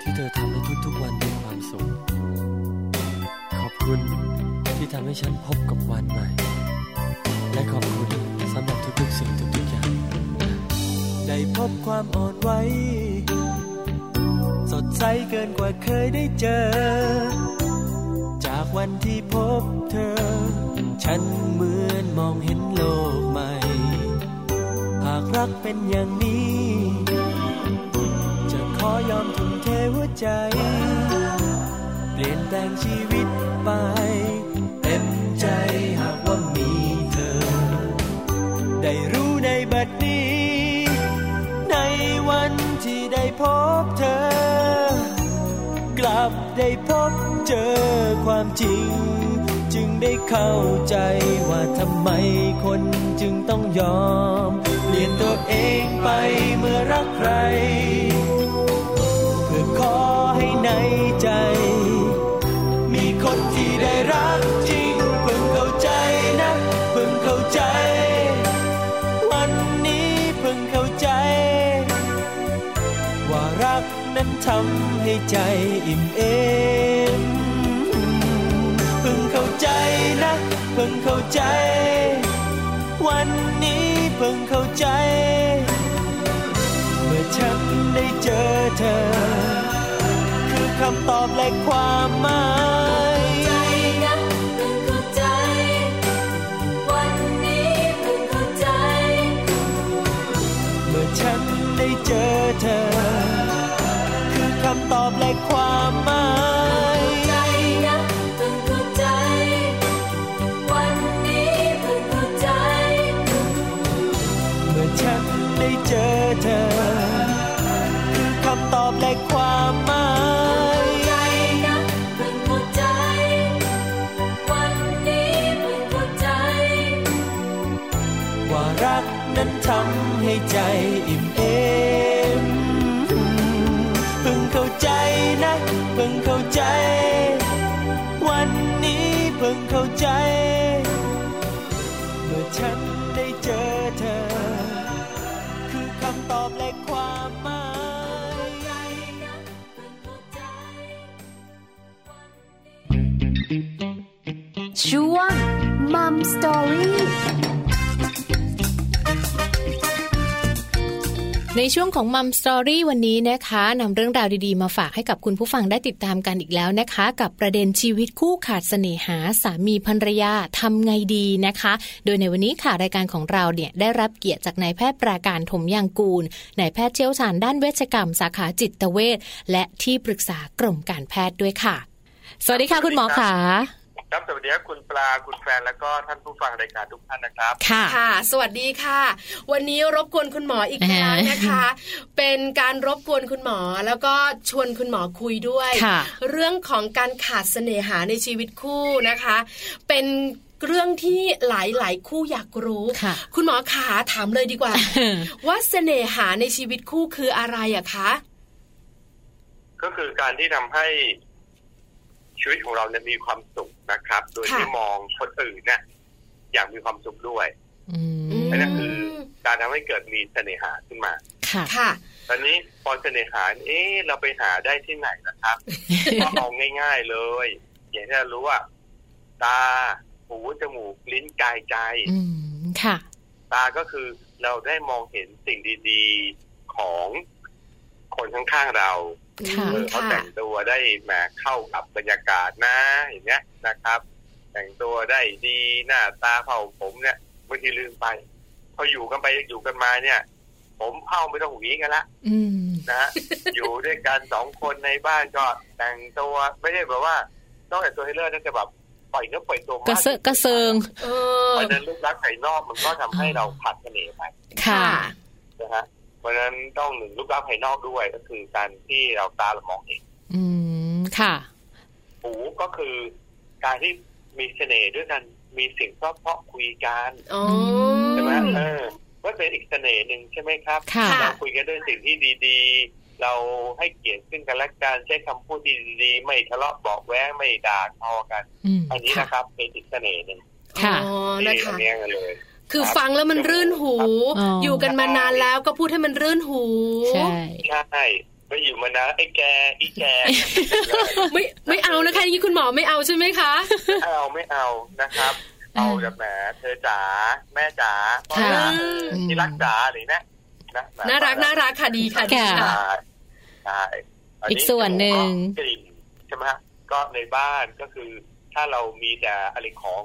S2: ที่เธอทำให้ทุกๆวันมีความสุข ขอบคุณที่ทำให้ฉันพบกับวันใหม่ และขอบคุณสำหรับทุกๆสิ่งทุกๆอย่าง ได้พบความอ่อนไหวสดใสเกินกว่าเคยได้เจอ จากวันที่พบเธอ ฉันเหมือนมองเห็นโลกใหม่ หากรักเป็นอย่างนี้ จะขอยอมทุ่มเทหัวใจ เปลี่ยนแปลงชีวิตไป เต็มใจหากว่ามีเธอ ได้รู้ในบัดนี้ ในวันที่ได้พบเธอ กลับได้พบเจอความจริง จึงได้เข้าใจว่าทำไมคนจึงต้องยอม เปลี่ยนตัวเองไปเมื่อรักใคร เพื่อขอให้ในใจ มีคนที่ได้รักจริง เพิ่งเข้าใจนะ เพิ่งเข้าใจ วันนี้เพิ่งเข้าใจ ว่ารักนั้นทำให้ใจอิ่มเอมเพิ่งเข้าใจนะ เพิ่งเข้าใจ วันนี้เพิ่งเข้าใจ เมื่อฉันได้เจอเธอ คือคำตอบและความหมาย เมื่อฉันได้เจอเธอ คือคำตอบและความหมาย เมื่อฉันได้เจอเธอ คือคำตอบและความหมาย ว่ารักนั้นทำให้ใจอิ่มเอมเพิ่งเข้าใจนะเพิ่งเข้าใจ วันนี้เพิ่งเข้าใจ เมื่อฉันได้เจอเธอ คือคำตอบและความหมาย
S5: ช่วงมัมสตอรี่
S3: ในช่วงของมัมสตอรี่วันนี้นะคะนำเรื่องราวดีๆ มาฝากให้กับคุณผู้ฟังได้ติดตามกันอีกแล้วนะคะ กับประเด็นชีวิตคู่ขาดเสน่หาสามีภรรยาทำไงดีนะคะ โดยในวันนี้ค่ะรายการของเราเนี่ยได้รับเกียรติจากนายแพทย์ปราการถมยางกูลนายแพทย์เชี่ยวชาญด้านเวชกรรม สาขาจิตเวชและที่ปรึกษากรมการแพทย์ด้วยค่ะ สวัสดีค่ะคุณหมอขา
S6: ครับสวัสดีครับคุณปลาคุณแฟนแล้วก็ท่านผู้ฟังรายการทุกท่านนะครับ
S3: ค่ะ
S4: ค่ะ สวัสดีค่ะ วันนี้รบกวนคุณหมออีกครั้งนะคะ เป็นการรบกวนคุณหมอแล้วก็ชวนคุณหมอคุยด้วย
S3: ค่ะ
S4: เรื่องของการขาดเสน่หาในชีวิตคู่นะคะ เป็นเรื่องที่หลายๆ คู่อยากรู้
S3: ค่ะ
S4: คุณหมอขาถามเลย
S3: <laughs>
S4: ดีกว่า ว่าเสน่หาในชีวิตคู่คืออะไรอะคะ
S6: ก็คือการที่ทำให้ชีวิตของเราเนี่ยมีความสุขนะครับ โดย
S4: ค่ะ
S6: ที่มองคนอื่นเนี่ยอย่างมีความสุขด้วย
S3: อืม
S6: อันนั้นคือ
S4: ม
S6: การทำให้เกิดมีเสน่หาขึ้นมา
S3: ค่ะ
S4: ค่ะ
S6: ตอนนี้พอเสน่หาเอ๊ะเราไปหาได้ที่ไหนนะครับ ก็เอาง่ายๆเลย อย่างที่เรารู้ว่า ตาหูจมูกลิ้นกายใจ
S3: อืมค่ะ
S6: ตาก็คือเราได้มองเห็นสิ่งดีๆของคนข้างๆเรา
S3: ค่ะ
S6: เออเขาแต่งตัวได้แหมเข้ากับบรรยากาศนะอย่างเงี้ยนะครับ แต่งตัวได้ดีหน้าตาเผ่าผมเนี่ยบางทีลืมไป พออยู่กันไปอยู่กันมาเนี่ย ผมเผ่าไม่ต้องหวีกันละ
S3: อืม
S6: นะ
S3: <laughs>
S6: ฮะ อยู่ด้วยกันสองคนในบ้านก็แต่งตัวไม่ใช่แบบว่าต้องแต่งตัวให้เลิศนะแต่แบบปล่อยเนื้อปล่อยตัวมาก
S3: ระเซอะกระเซิง
S4: เออ
S6: เพราะฉะนั้นรูปลักษณ์ภายนอกมันก็ทำให้เราขาดเสน่ห์ไป
S3: ค่ะ
S6: นะฮะเพราะฉะนั้นต้องหนึ่งรูปลักษณ์ภายนอกด้วยก็คือการที่เราตาเรามองเห็น
S3: อืม ค่ะ
S6: หูก็คือการที่มีเสน่ห์ด้วยกันมีเสิ่งเพราะๆคุยกัน
S4: อ๋อ
S6: ใช่ไหมเออก็เป็นอีกเสน่ห์หนึ่งใช่ไหมครับ
S3: ค่ะ
S6: เราคุยกันด้วยสิ่งที่ดีๆ เราให้เกียรติซึ่งกันและกันใช้คำพูดที่ดีๆ ไม่ทะเลาะเบาะแว้งไม่ด่าทอกัน
S3: อืม
S6: อันนี้นะครับเป็นอีกเสน่ห์หนึ่ง
S3: ค่ะ
S4: อ๋อ
S6: ที่
S4: นะคะ
S6: เรียกกันเลย
S4: คือฟังแล้วมันรื่นหู
S3: อ๋ออ
S4: อยู่กันมานานแล้วก็พูดให้มันรื่นหู
S3: ใช่
S6: ใช่ไปอยู่มานานไอ้แกอีแก
S4: ไม่ไม่เอานะคะอย่างนี้คุณหมอไม่เอาใช่ไหมคะ
S6: ไม่เอาไม่เอานะครับ
S3: อ่า
S6: เอาแบบแหมเธอจ๋าแม่จ๋าพ่อ
S3: ค่ะ
S6: จ๋า
S3: อืม
S6: ที่รักจ๋าหรือนะนะแบบ
S4: น่ารักน่ารักค่ะดีค่ะดี
S6: ใช่
S4: ค่ะ
S6: ใช่นนี้
S3: อีกส่วนหนึ่ง
S6: กลิ่นใช่ไหมฮะก็ในบ้านก็คือ ถ้าเรามีแต่อะไรของ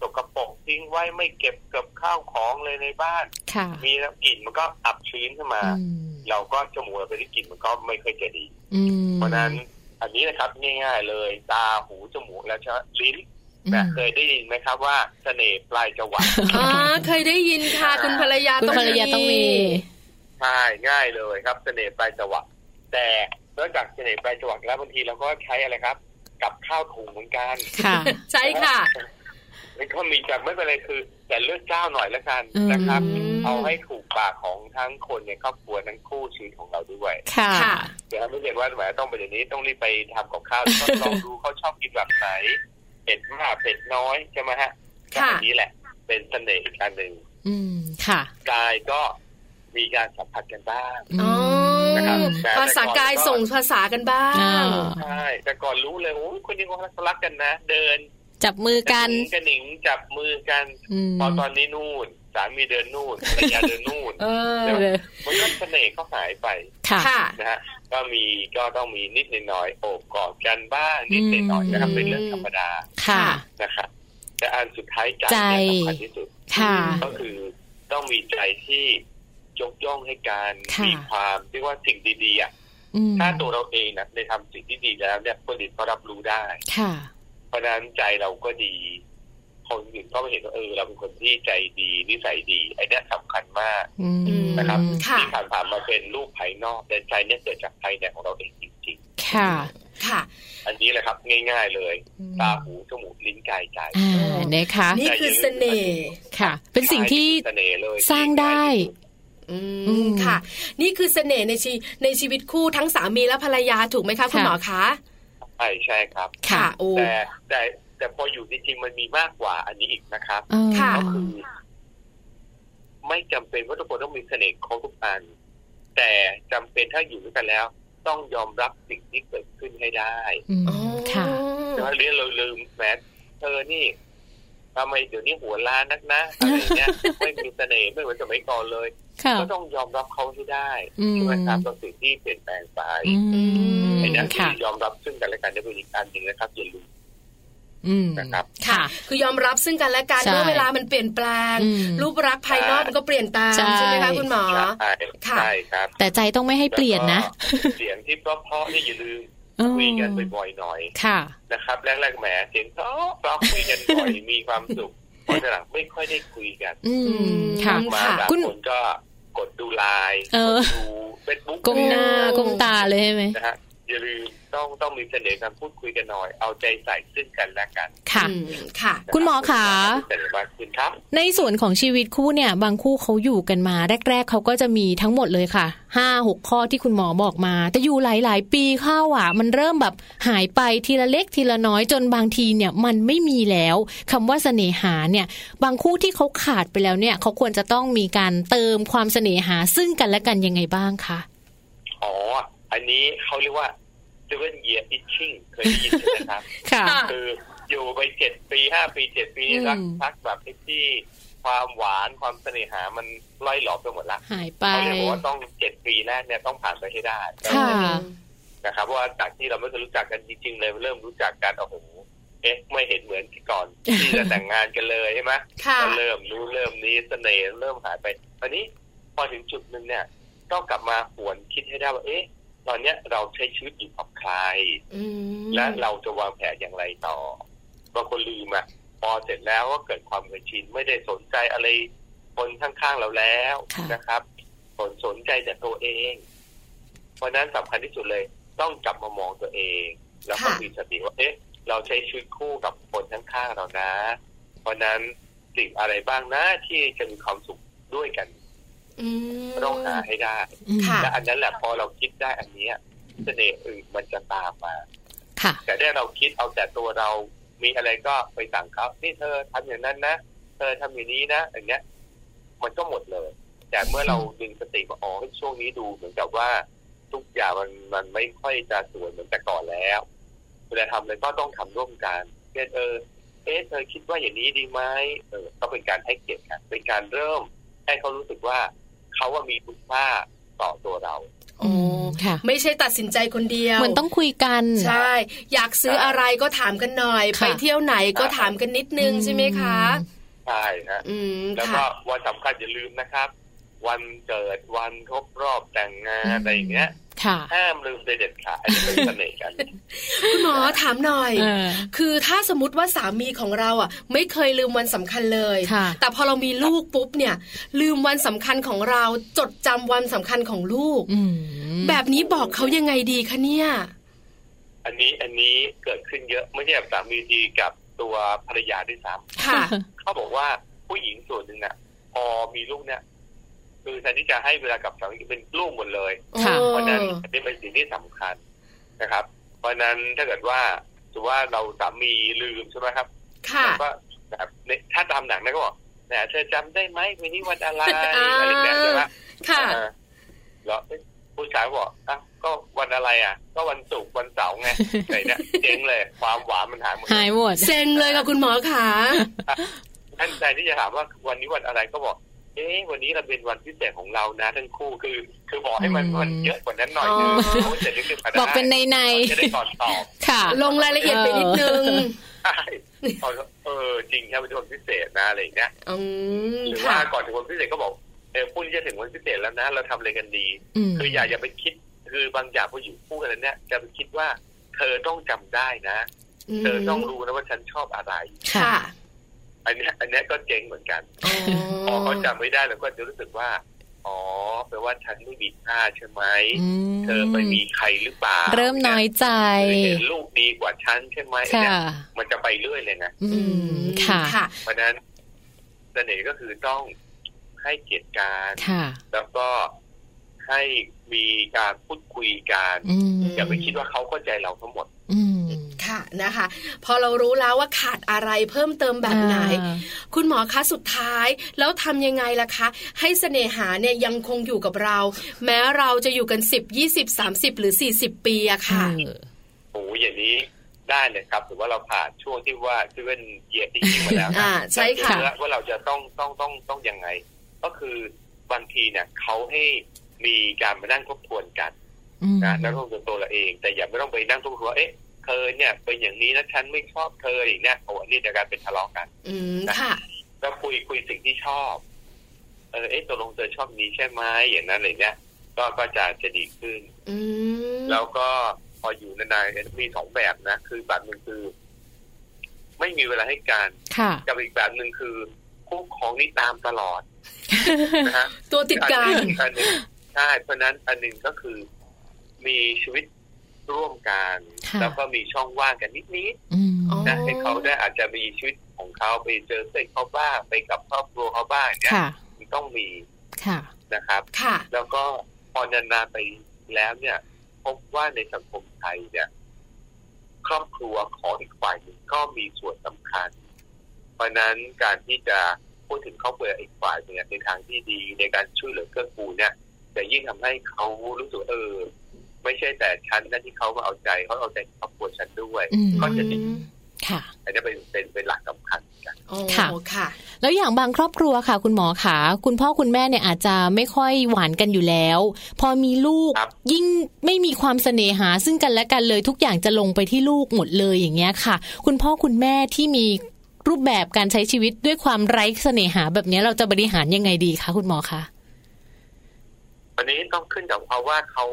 S6: สกปรกทิ้งไว้ไม่เก็บเก็บข้าวของเลยในบ้าน
S3: ค่ะ
S6: มีแล้วกลิ่นมันก็อับชื้นขึ้นมา
S3: อืม
S6: เราก็จมูกเราไปได้กลิ่นมันก็ไม่ค่อยจะดี
S3: อืม
S6: เพราะฉะนั้นอันนี้นะครับง่ายๆเลย ตาหูจมูกแล้วใช่ไหมลิ้น นะเคยได้ยินไหมครับว่าเสน่ห์ปลายจ
S4: <laughs>
S6: วัก
S4: อ๋อเคยได้ยิน
S3: <laughs>
S4: ค่ะ คุณภรรยา
S3: คุณ
S4: ต้อง
S3: ภรรยาต้องมี
S6: ใช่ง่ายเลยครับเสน่ห์ปลายจวักแต่นอกจากเสน่ห์ปลายจวักแล้วบางทีเราก็ใช้อะไรครับ กับข้าวถุงเหมือนกัน
S3: ค่ะ
S4: <laughs> ใช่ค่ะ
S6: มันก็มีแต่ไม่เป็นไรคือ แต่เลือกเจ้าหน่อยละกันนะครับ
S3: อืม
S6: เอาให้ถูกปากของทั้งคนในครอบครัวทั้งคู่ชีวิตของเราด้วย
S3: ค่ะ
S4: ค่ะ
S6: เดี๋ยวไม่เด็นว่าแหมต้องไปเดี๋ยวนี้ต้องรีบไปทำกับ
S4: <laughs>
S6: ข้าวแล้วก็ลองดูเขาชอบกินแบบไหนเป็ดมากเป็ดน้อยใช่ไหมฮะก็
S4: ค่ะ
S6: อันนี้แหละ เป็นเสน่ห์อีกอันหนึ่ง
S3: อืม ค่ะ
S6: กายก็มีการสัมผัสกันบ้าง
S3: ม
S4: อ๋อ
S6: นะครับ
S4: ภาษากายส่งภาษากันบ้าง
S6: ใช่แต่ก่อนรู้เลยโอ้ยคนนี้เขารักกันนะ เดิน
S3: จับมือกัน
S6: กระหนิงจับมือกัน
S3: อืม
S6: พอตอนนี้นู่น สามีเดินนู่นภรรยาเดินนู่น
S3: เออ
S6: นะมันก็เสน่ห์ก็หายไป
S3: ค่ะ
S4: ค่ะ
S6: นะฮะก็มีก็ต้องมีนิดหน่อยโอบกอดกันบ้างนิดหน่อยนะครับ
S3: อืม
S6: เป็นเรื่องธรรมดา
S3: ค่ะ
S6: นะครับแต่อันสุดท้ายใจ
S3: ใจ
S6: เนี่ยสำคัญที่สุด
S3: ค่ะ
S6: ก็คือต้องมีใจที่ยกย่องให้การ
S3: ค่ะ
S6: มีความเรียกว่าสิ่งดีๆอ่ะ
S3: อืม
S6: ถ้าตัวเราเองนะได้ทำสิ่งที่ดีแล้วเนี่ยคนอื่นก็รับรู้ได้
S3: ค่ะ
S6: เพราะฉะนั้นใจเราก็ดี คนอื่นก็มาเห็นว่าเออเราเป็นคนที่ใจดีนิสัยดีไอ้เนี่ยสำคัญมาก
S3: อืม
S6: นะครับ
S4: ค่ะ
S6: ที่ผ่านๆมาเป็นรูปภายนอกแต่ใจเนี่ยเกิดจากภายในของเราเองจริง
S3: ค่ะ
S4: ค่ะ
S6: ๆ อันนี้แหละครับ ง่าย ๆ เลย ตาหูจมูกลิ้นกายใจ
S3: อ่านะคะ
S4: นี่คือเสน่ห์
S3: ค่ะ เป็นสิ่งที่
S6: ใช่เสน่ห์เลย
S3: สร้างได้
S4: อื
S3: อื
S4: ม
S3: ม
S4: ค่ะ นี่คือเสน่ห์ในชีในชีวิตคู่ทั้งสามีและภรรยาถูกไหมคะคุณหมอคะ
S6: ใช่ใช่ครับ
S3: ค่ะ
S4: โอ้
S6: แต่แต่แต่พออยู่จริงๆมันมีมากกว่าอันนี้อีกนะครับ
S3: เออ
S4: ค่ะ
S6: ก็คือ ไม่จำเป็นว่าทุกคนต้องมีเสน่ห์ครบทุกอัน แต่จำเป็นถ้าอยู่ด้วยกันแล้ว ต้องยอมรับสิ่งที่เกิดขึ้นให้ได้
S3: อืม
S4: อ๋อ
S3: ค่ะ
S6: แต่ว่าเรื่องเราลืมแหมเธอนี่ทำไมเดี๋ยวนี้หัวล้านนักนะอะไรเงี้ย ไม่มีเสน่ห์ไม่เหมือนสมัยก่อนเลย
S3: ค่ะ
S6: ก็ต้องยอมรับเขาให้ได้
S3: อืม
S6: ใช่ไหมครับกับสิ่งที่เปลี่ยนแปลงไป
S3: อืม
S6: ไอ้นั่นคื
S3: ค่ะ
S6: อยอมรับซึ่งกันและกันได้เป็นอีกอันหนึ่งนะครับอย่าลืม
S3: อืม
S6: นะครับ
S4: ค่ะ คือยอมรับซึ่งกันและกัน
S3: ใช่
S4: เมื่อเวลามันเปลี่ยนแปลง
S3: อืม
S4: รูปรักษณ์ภายนอกมันก็เปลี่ยนตาม
S3: ใช่
S4: ใช่ไหมคะคุณหมอ
S6: ใช่
S4: ค่ะ
S6: ใช่ครับ
S3: แต่ใจต้องไม่ให้เปลี่ยนนะ
S6: แล้ว
S3: <laughs>
S6: ก็เสียงที่เพราะๆนี่อย่าลืม
S3: เออ
S6: คุยกันบ่อยๆหน่อย
S3: ค่ะ
S6: นะครับแรกๆแหมเสียงเพราะๆคุยกันบ่อยมีความสุ
S3: <laughs>
S6: ขเพราะหลังไม่ค่อยได้คุยกัน
S3: อืมค่ะ
S4: อื
S6: มา
S4: ค่ะ
S6: บาง
S3: คุณ
S6: คนก็กดดูไลน์
S3: เออ
S6: กดดูเฟซบุ๊ก
S3: ก้มหน้า
S4: อืม
S3: ก้มตาเลยใช่ไหม
S6: นะฮะอย่าลืมต้องต้องมีเสน่ห์การพูดคุยกันหน่อย เอาใจใส่ซึ่งกันและกัน
S3: ค่ะ
S4: อืมค่ะ
S6: นะรับ
S3: คุณหมอคะ
S6: เป็นเสน่ห์มากขึ้นครับ
S3: ในส่วนของชีวิตคู่เนี่ย บางคู่เขาอยู่กันมา แรก ๆเขาก็จะมีทั้งหมดเลยค่ะห้าหกข้อที่คุณหมอบอกมา แต่อยู่หลาย ๆ ปีเข้าอ่ะ มันเริ่มแบบหายไปทีละเล็กทีละน้อยจนบางทีเนี่ย มันไม่มีแล้วคำว่าเสน่หาเนี่ย บางคู่ที่เขาขาดไปแล้วเนี่ยเขาควรจะต้องมีการเติมความเสน่หาซึ่งกันและกันยังไงบ้างคะ
S6: อ๋อ อันนี้เขาเรียกว่า seven year itching เคยได้ยินใช่ไหมครับ
S3: ค่ะ
S4: ค่ะ
S6: คืออยู่ไปเจ็ดปีห้าปีเจ็ดปี
S3: อืม
S6: รักพักแบบที่ความหวานความเสน่หามันล่อยหลอมไปหมดละ
S3: หายไป
S6: เขาเรียกว่าต้องเจ็ดปีแรกเนี่ยต้องผ่านไปให้ได้
S3: ค่ะ
S6: นะครับเพราะว่าจากที่เราไม่เคยรู้จักกันจริงๆเลยเริ่มรู้จักกันโอ้โหเอ๊ะไม่เห็นเหมือนที่ก่อน ที่จะแต่งงานกันเลยใช่ไหม
S4: ค่ะ
S6: ก็เริ่มรู้เริ่มนี้เสน่ห์เริ่มหายไปอันนี้พอถึงจุดหนึ่งเนี่ยต้องกลับมาหวนคิดให้ได้ว่าเอ๊ะ ตอนเนี้ยเราใช้ชีวิตอยู่กับใคร
S4: อืม
S6: และเราจะวางแผนอย่างไรต่อ บางคนลืมอะพอเสร็จแล้วก็เกิดความเคยชินไม่ได้สนใจอะไรคนข้างๆเราแล้ว
S3: ค่ะ
S6: นะครับสนสนใจแต่ตัวเอง เพราะฉะนั้นสำคัญที่สุดเลย ต้องกลับมามองตัวเอง แล้วก็มีสติว่าเอ๊ะ เราใช้ชีวิตคู่กับคนข้างๆเรานะ เพราะฉะนั้นสิ่งอะไรบ้างนะที่จะมีความสุขด้วยกัน
S4: อืม
S6: ต้องหาให้ได้
S3: อืม
S4: ค่ะ
S6: และอันนั้นแหละพอเราคิดได้อันเนี้ยเสน่ห์อื่นมันจะตามมา
S3: ค่ะ
S6: แต่ได้เราคิดเอาแต่ตัวเรา มีอะไรก็ไปสั่งเขานี่เธอทำอย่างนั้นนะ เธอทำอย่างนี้นะ อย่างเงี้ย มันก็หมดเลย แต่เมื่อเราดึงสติมาอ๋อช่วงนี้ดูเหมือนกับว่า ทุกอย่างมันมันไม่ค่อยจะสวยเหมือนแต่ก่อนแล้วเวลาทำอะไรก็ต้องทำร่วมกันเช่นเออ เอ๊ะเธอคิดว่าอย่างนี้ดีไหมเออ ก็เป็นการให้เกียรติกันเป็นการเริ่ม ให้เขารู้สึกว่าเขาว่ามีคุณค่าต่อตัวเรา
S4: โอ้
S3: ค่ะ
S4: ไม่ใช่ตัดสินใจคนเดียว
S3: เหมือนต้องคุยกัน
S4: ใช่ อยากซื้ออะไรก็ถามกันหน่อย
S3: ค่ะ
S4: ไปเที่ยวไหนก็ถามกันนิดนึงใช่ไหมคะ
S6: ใช่ฮะ
S4: อืม
S6: แล้วก็
S4: ค่ะ
S6: วันสำคัญอย่าลืมนะครับ วันเกิดวันครบรอบแต่งงานอะไรอย่างเงี้ย
S3: ค่ะ
S6: ห้ามลืมไปเด็ดขาดอันนี้เป็นเสน่ห์
S4: <laughs>
S6: กัน
S4: คุณหมอถามหน่อย
S3: เออ
S4: คือถ้าสมมติว่าสามีของเราอ่ะ ไม่เคยลืมวันสำคัญเลย
S3: ค่ะ
S4: แต่พอเรามีลูกปุ๊บเนี่ย ลืมวันสำคัญของเราจดจำวันสำคัญของลูก
S3: อืม
S4: แบบนี้บอกเขายังไงดีคะเนี่ย
S6: อันนี้อันนี้เกิดขึ้นเยอะไม่ใช่กับสามีดีกับตัวภรรยาด้วยซ้
S4: ค่ะ
S3: <laughs>
S6: ำเขาบอกว่าผู้หญิงส่วนหนึ่งน่ะ พอมีลูกเนี่ยคือแทนที่จะให้เวลากับสามีเป็นลูกหมดเลย
S3: ค่ะ
S4: เอ
S6: เพราะฉะนั้น
S4: อ
S6: อันนี้เป็นสิ่งที่สำคัญนะครับ เพราะฉะนั้นถ้าเกิดว่าถือว่าเราสามีลืมใช่ไหมครับ
S4: ค่ะ
S6: แล้วก็แบบในถ้าตามหนังนะก็บอกแหมเธอจำได้ไหมวันนี้วันอะไร
S4: อ่า
S6: อะไรแบบนี้ว่า
S4: ค่ะ
S6: แล้วผู้ชายบอกอ่ะก็วันอะไรอ่ะ ก็วันศุกร์วันเสาร์ไงไอ้เนี่ยเจ๊งเลย ความหวานมันหายหมด
S3: หายหมด
S4: เซ็งเลยค่ะคุณหมอขา
S6: ท่านใจที่จะถามว่าวันนี้วันอะไรก็บอก เอ๊ะวันนี้เราเป็นวันพิเศษของเรานะทั้งคู่คือ คือบอกให้มัน
S3: อืม
S6: มันเยอะกว่านั้นหน่อยนึง
S4: อ๋อ
S6: โอ้ยแต่ลึกๆะ
S3: บอกเป็นในๆ
S6: จะได้ตอนตอบ <laughs>
S3: ค่ะ
S4: ลงรายละเอียดไปนิดนึง
S6: ใช่ตอนเออจริงครับเป็นวันพิเศษนะอะไรอย่างเงี้ย
S4: อืม
S6: หรือว่า
S4: ค่ะ
S6: ก่อนถึงวันพิเศษก็บอกเออพรุ่งนี้จะถึงวันพิเศษแล้วนะ เราทำอะไรกันดี
S3: อืม
S6: คืออย่าอย่าไปคิดคือบางอย่างพออยู่คู่กันแล้วเนี่ยจะไปคิดว่า เธอต้องจำได้นะ เธอต้องรู้นะว่าฉันชอบอะไร
S3: ค่ะ
S4: ค่ะ
S6: อันเนี้ยอันเนี้ยก็เจ๊งเหมือนกันพอเขาจำไม่ได้แล้วก็จะรู้สึกว่า อ๋อแปลว่าฉันไม่มีค่าใช่ไหม
S3: อืม
S6: เธอไปมีใครหรือเปล่า
S3: เริ่มน้อยใจ
S6: เห็นลูกดีกว่าฉันใช่ไหม
S3: ค่ะ
S6: เนี่ยมันจะไปเรื่อยเลยนะ
S3: อื
S4: อื
S3: ม
S4: ม
S3: ค่ะ
S4: ค่ะ
S6: เพราะฉะนั้นเสน่ห์ก็คือต้องให้เกียรติการ
S3: ค่ะ
S6: แล้วก็ให้มีการพูดคุยกัน
S3: อืม
S6: อย่าไปคิดว่าเขาเข้าใจเราทั้งหมด
S3: อืม
S4: ค่ะนะคะ พอเรารู้แล้วว่าขาดอะไรเพิ่มเติมแบบไหน
S3: อ่า
S4: คุณหมอคะสุดท้ายแล้วทำยังไงล่ะคะ ให้เสน่หาเนี่ยยังคงอยู่กับเรา แม้เราจะอยู่กัน 10 20 30 หรือ 40 ปีอะค่ะ
S3: เออ
S6: โอ้โหอย่างนี้ได้เลยครับถือว่าเราผ่านช่วงที่ว่าที่เป็นเหยียดที่มาแล้วนะ
S4: อ่าใช่ค่ะ
S6: เรารู้แล้วว่าเราจะต้องต้องต้องต้องยังไง ก็คือบางทีเนี่ยเขาให้มีการมานั่งทบทวนกัน
S3: อืม
S6: นะแล้วทบทวนตัวเราเอง แต่อย่าไม่ต้องไปนั่งทบทวนว่าเอ๊ะเธอเนี่ยเป็นอย่างนี้นะฉันไม่ชอบเธออย่างเนี้ยโอ้โหอันนี่จะกลายเป็นทะเลาะกัน
S4: อืมค่ะ
S6: ก็คุยคุยสิ่งที่ชอบ เออเอ๊ะตกลงเธอชอบนี้ใช่ไหมอย่างนั้นอะไรเงี้ย ก็ก็จะจะดีขึ้น
S4: อืม
S6: แล้วก็พออยู่นานๆมีสองแบบนะ คือแบบหนึ่งคือ ไม่มีเวลาให้การ
S3: ค่ะ
S6: กับอีกแบบหนึ่งคือคู่ของนี่ตามตลอดนะฮะ
S4: ตัวติดกัน
S6: อันหนึ่งอันหนึ่งใช่เพราะฉะนั้นอันหนึ่งก็คือมีชีวิตร่วมกัน
S3: ค่ะ
S6: แล้วก็มีช่องว่างกันนิด
S3: อืม
S4: อ๋อ
S6: ๆนะให้เขาได้อาจจะมีชีวิตของเขาไปเจอเพื่อนเขาบ้างไปกับครอบครัวเขาบ้างเนี่ย
S3: ค่ะ
S6: มันต้องมี
S3: ค่ะ
S6: นะครับ
S4: ค่ะ
S6: แล้วก็พอนานๆไปแล้วเนี่ย พบว่าในสังคมไทยเนี่ย ครอบครัวของอีกฝ่ายหนึ่งก็มีส่วนสำคัญ เพราะฉะนั้นการที่จะพูดถึงครอบครัวอีกฝ่ายเนี่ยในทางที่ดีในการช่วยเหลือเกื้อกูลเนี่ยจะยิ่งทำให้เขารู้สึกเออ ไม่ใช่แต่ฉันนะที่เขามาเอาใจเขาเอาใจครอบครัวฉันด้วย
S3: อืม
S6: ก็จะดี
S3: ค่ะ
S6: อันนี้เป็นเป็นเป็นหลักสำคัญกัน
S4: โอ้
S3: ค่ะ
S4: ค่ะ
S3: แล้วอย่างบางครอบครัวค่ะ คุณหมอค่ะ คุณพ่อคุณแม่เนี่ยอาจจะไม่ค่อยหวานกันอยู่แล้ว พอมีลูก
S6: ครับ
S3: ยิ่งไม่มีความเสน่หาซึ่งกันและกันเลยทุกอย่างจะลงไปที่ลูกหมดเลยอย่างเงี้ยค่ะ คุณพ่อคุณแม่ที่มีรูปแบบการใช้ชีวิตด้วยความไร้เสน่หาแบบเนี้ยเราจะบริหารยังไงดีคะคุณหมอคะ
S6: อันนี้ต้องขึ้นกับเขาว่าเขา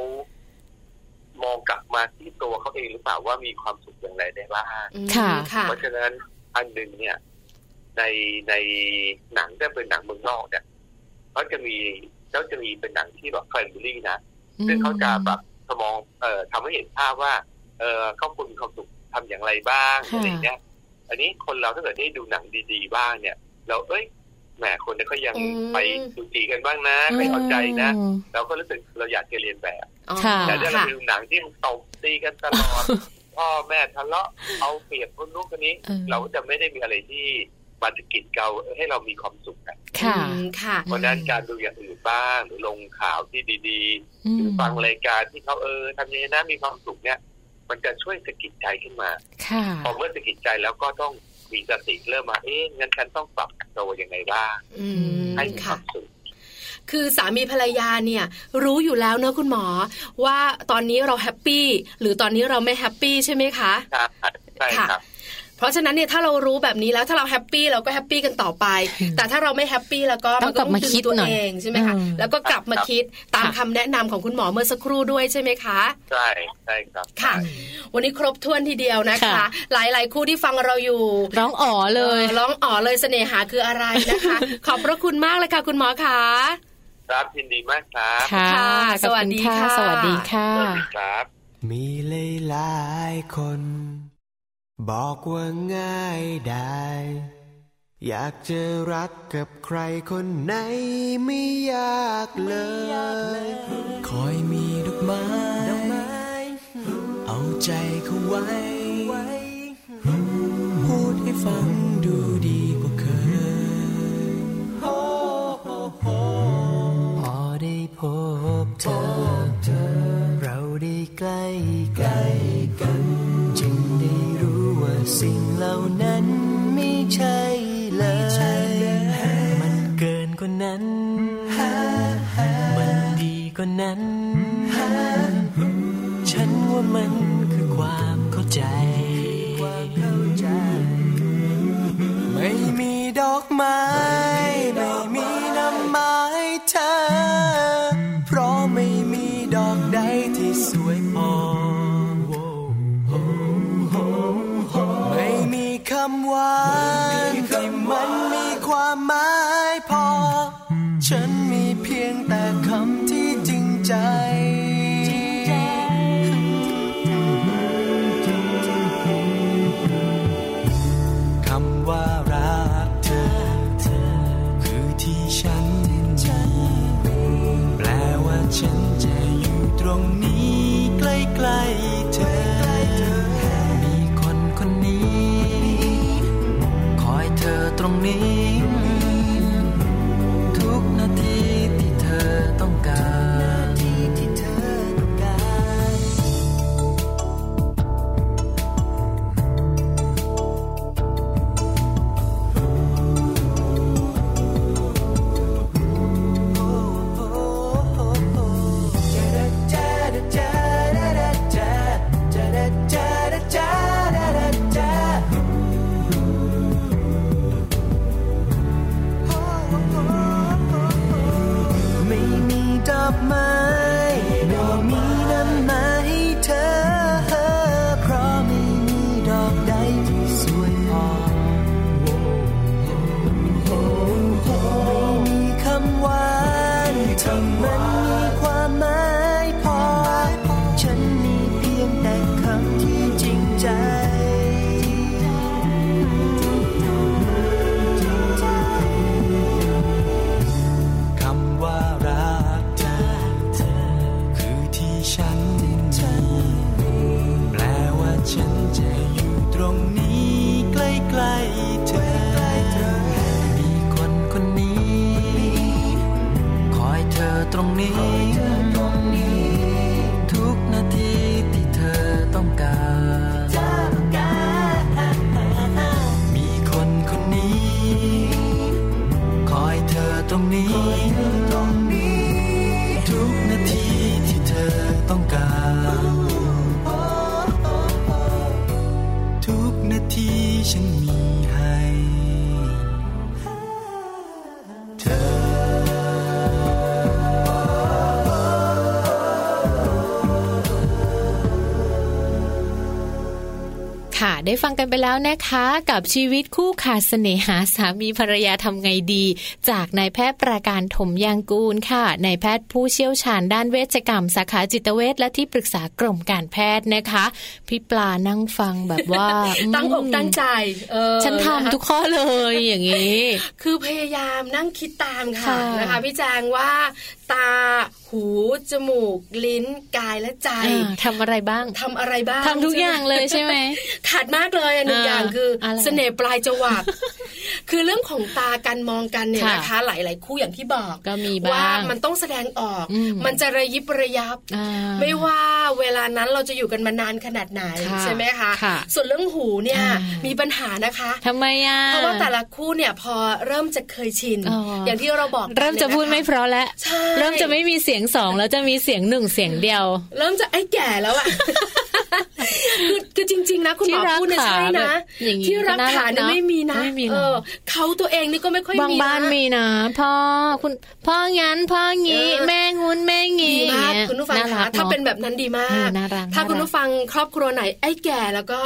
S6: มองกลับมาที่ตัวเขาเองหรือเปล่าว่ามีความสุขอย่างไรได้บ้าง
S4: อืม
S3: ค่ะ
S4: ค่ะ
S6: เพราะฉะนั้นอันหนึ่งเนี่ย ในในหนังถ้าเป็นหนังเมืองนอกเนี่ยเขาจะมีเขาจะมีเป็นหนังที่แบบแฟมิลี่นะซึ่งเขาจะแบบมองเอ่อทำให้เห็นภาพว่า เออครอบครัวมีความสุขทำอย่างไรบ้าง
S3: ค่ะ
S6: อะไรเงี้ยอันนี้คนเราถ้าเกิดได้ดูหนังดีๆบ้างเนี่ย เราเอ้ยแหมคนเนี่ยเขายัง
S4: อืม
S6: ไปดูจีกันบ้างนะไปเอาใจนะ เราก็รู้สึกเราอยากจะเรียนแบบ
S4: อ๋อ
S3: ค่ะ
S6: แต่ถ้า
S4: ค่ะ
S6: เราไปดูหนังที่มันตบตีกันตลอด พ่อแม่ทะเลาะเอาเปรียบคนนู้นคนนี้
S3: เออ
S6: เราจะไม่ได้มีอะไรที่มาสะกิดเราให้เรามีความสุขกัน
S3: ค่ะ
S4: อืมค่ะ
S6: เพราะฉะนั้นการดูอย่างอื่นบ้าง หรือลงข่าวที่ดี
S3: อื
S6: ๆ ห
S3: ม
S6: รือฟังรายการที่เขาเออทำยังไงนะมีความสุขเนี่ย มันจะช่วยสะกิดใจขึ้นมา
S3: ค่ะ
S6: พอเมื่อสะกิดใจแล้วก็ต้องมีสติเริ่มมาเอ๊ะงั้นฉันต้องปรับตัวยังไงบ้าง
S4: อืม
S6: ให้มีค
S4: ค่ะ
S6: วามสุข
S4: คือสามีภรรยาเนี่ย รู้อยู่แล้วเนอะคุณหมอ ว่าตอนนี้เราแฮปปี้หรือตอนนี้เราไม่แฮปปี้ใช่ไหมคะ
S6: ใช่ใช่ครับ
S4: เพราะฉะนั้นเนี่ยถ้าเรารู้แบบนี้แล้วถ้าเราแฮปปี้เราก็แฮปปี้กันต่อไป แต่ถ้าเราไม่แฮปปี้แล้วก็
S3: ต้องกลับมาคิด
S4: ตัว
S3: หน่อย
S4: เองใช่ไหมคะ
S3: อืม
S4: แล้วก็กลับมา
S6: ครับ
S4: คิดตามคำแนะนำของคุณหมอเมื่อสักครู่ด้วยใช่ไหมคะ
S6: ใช่ใช่ครับ
S4: ค่ะ วันนี้ครบถ้วนทีเดียวนะคะ
S3: ค่ะ
S4: หลายๆ คู่ที่ฟังเราอยู่
S3: ร้องอ๋อเลย
S4: ร้องอ๋อเลยเสน่หาคืออะไรนะคะ ขอบพระคุณมากเลยค่ะ คุณหมอคะ
S6: ครับยินดีมากครับ
S3: ค่ะ
S4: ค่ะ
S3: ขอบณส
S4: สวั
S3: วัส
S4: สดี
S3: ดีค่ะ
S4: ค่ะ
S6: สวัสดีครับ
S2: มีหลายหลายๆคน บอกว่าง่ายได้ อยากจะรักกับใครคนไหนไม่ยากเลย คอยมีดอกไม้ เอาใจเขาไว้ พูดให้ฟังดูดีกว่าเคย พอได้พบเธอ เราได้ใกล้ใกล้กัน จึงได้รู้ว่าสิ่งเหล่านั้นไม่ใช่เลย กว่านั้นฮะฉันว่ามันคือความเข้าใจ ไม่มีดอกไม้ ไม่มีน้ำไม้เธอ เพราะไม่มีดอกใดที่สวยพอ ไม่มีคำหวานที่มันมีความหมายพอ ฉันมีเพียงแต่คำที่จริงใจ คำว่ารักเธอ คือที่ฉันฉันแปลว่าฉันจะอยู่ตรงนี้ใกล้ๆเธอ มีคนคนนี้ คอยเธอตรงนี้ ทุกนาทีที่เธอต้องการไม่มีดอกไม้ไม่มีน้ำไม้ให้เธอ เพราะไม่มีดอกใดที่สวยพอ ไม่มีคำหวานที่มันมีความหมายพอ ฉันมีเพียงแต่คำที่จริงใจ คำว่ารักเธอ คือที่ฉันฉัน แปลว่าฉันจะอยู่ตรงนี้ใกล้ๆเธอ มีคนคนนี้ คอยเธอตรงนี้ ทุกนาทีที่เธอต้องการ มีคนคนนี้ คอยเธอตรงนี้ ทุกนาทีที่เธอต้องการ ทุกนาทีฉันมีให้ เธอ
S3: ค่ะ ได้ฟังกันไปแล้วนะคะ กับชีวิตคู่ขาดเสน่หาสามีภรรยาทำไงดี จากนายแพทย์ประการถมยางกูลค่ะนายแพทย์ผู้เชี่ยวชาญด้านเวชกรรม สาขาจิตเวชและที่ปรึกษากรมการแพทย์นะคะ พี่ปลานั่งฟังแบบว่า
S4: <laughs> ตั้งอกตั้งใจเออ
S3: ฉัน
S4: นะคะ
S3: ทำทุกข้อเลยอย่างนี้
S4: คือพยายามนั่งคิดตามค่ะ
S3: ค่ะ
S4: นะคะพี่แจงว่า ตา หู จมูก ลิ้น กายและใจ
S3: อ่าทำอะไรบ้าง
S4: ทำอะไรบ้าง
S3: ทำทุกอย่างเลยใช่ไหม
S4: ขาดมากเลยอะหนึ่ง
S3: อ่า
S4: อย่างคืออะไร เสน่ห์ปลายจวักคือเรื่องของตาการมองกันเนี่ย
S3: ค่ะ
S4: นะคะ หลาย ๆ คู่อย่างที่บอก
S3: ก็มีบ้าง
S4: ว่ามันต้องแสดงออก
S3: อืม
S4: มันจะระยิบระยับ
S3: อ่
S4: ไม่ว่าเวลานั้นเราจะอยู่กันมานานขนาดไหน
S3: ค่ะ
S4: ใช่ไหมคะ
S3: ค่ะ
S4: ส่วนเรื่องหูเนี่ย
S3: อ่ามี
S4: มีปัญหานะคะ
S3: ทำไมอ่ะ
S4: เพราะว่าแต่ละคู่เนี่ยพอเริ่มจะเคยชิน
S3: อ๋ออ
S4: ย่างที่เราบอกกัน
S3: เริ่มจะพูดไม่
S4: นี่ยนค
S3: เพราะแล้ว
S4: ใช่
S3: เริ่มจะไม่มีเสียงสองแล้วจะมีเสียงหนึ่งเสียงเดียว
S4: เริ่มจะไอ้แก่แล้วอะ <laughs> คือคือจริง ๆ นะ คุณหมอ
S3: ที่รัก
S4: พูดเนี่ย
S3: ขา
S4: ใช่นะ
S3: แบบอย่างนี้
S4: ที่รัก
S3: ก็น่ารัก
S4: ขาเนี่ย
S3: นะ
S4: ไม่มีนะ
S3: ไม่มีนะ
S4: เออเขาตัวเองนี่ก็ไม่ค่อย
S3: บาง
S4: มี
S3: บ้าน
S4: นะ
S3: มีนะพ่อคุณพ่องั้นพ่องี้
S4: เออ
S3: แม่งุ้นแม่
S4: ดี
S3: งี้
S4: มาก
S3: อย่างเงี้ย
S4: คุณผู้ฟัง
S3: น่ารั
S4: คะ
S3: ก
S4: ถ้า
S3: อะ
S4: เป็นแบบนั้นดีมา
S3: เออก น่ารัก
S4: ถ้าคุณ
S3: น่ารัก
S4: ผู้ฟังครอบครัวไหนไอ้แก่แล้วก็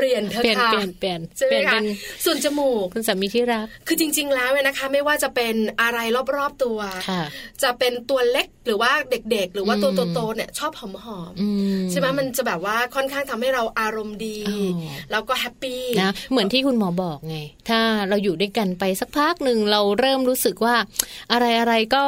S4: เปลี่ยนเธอะ
S3: เปลี่ยน
S4: ค่ะ
S3: เปลี่ยนเปลี่ยน
S4: ใช่ไห
S3: เป
S4: ม
S3: ลี่ยน
S4: คะ
S3: เป็น
S4: ส่วนจมูก
S3: คุณสามีที่รัก
S4: คือจริง ๆ แล้วเนี่ยนะคะ ไม่ว่าจะเป็นอะไรรอบๆตัว
S3: ค่ะ
S4: จะเป็นตัวเล็กหรือว่าเด็ก ๆ หรือว่าตัว
S3: อืม
S4: โตๆเนี่ยชอบหอมหอมๆ
S3: อื
S4: ใช่ไหมมันจะแบบว่าค่อนข้างทำให้เราอารมณ์ดี
S3: อ๋อ
S4: แล้วก็แฮปปี้
S3: นะเหมือนที่คุณหมอบอกไง ถ้าเราอยู่ด้วยกันไปสักพักหนึ่งเราเริ่มรู้สึกว่า อะไรอะไรก็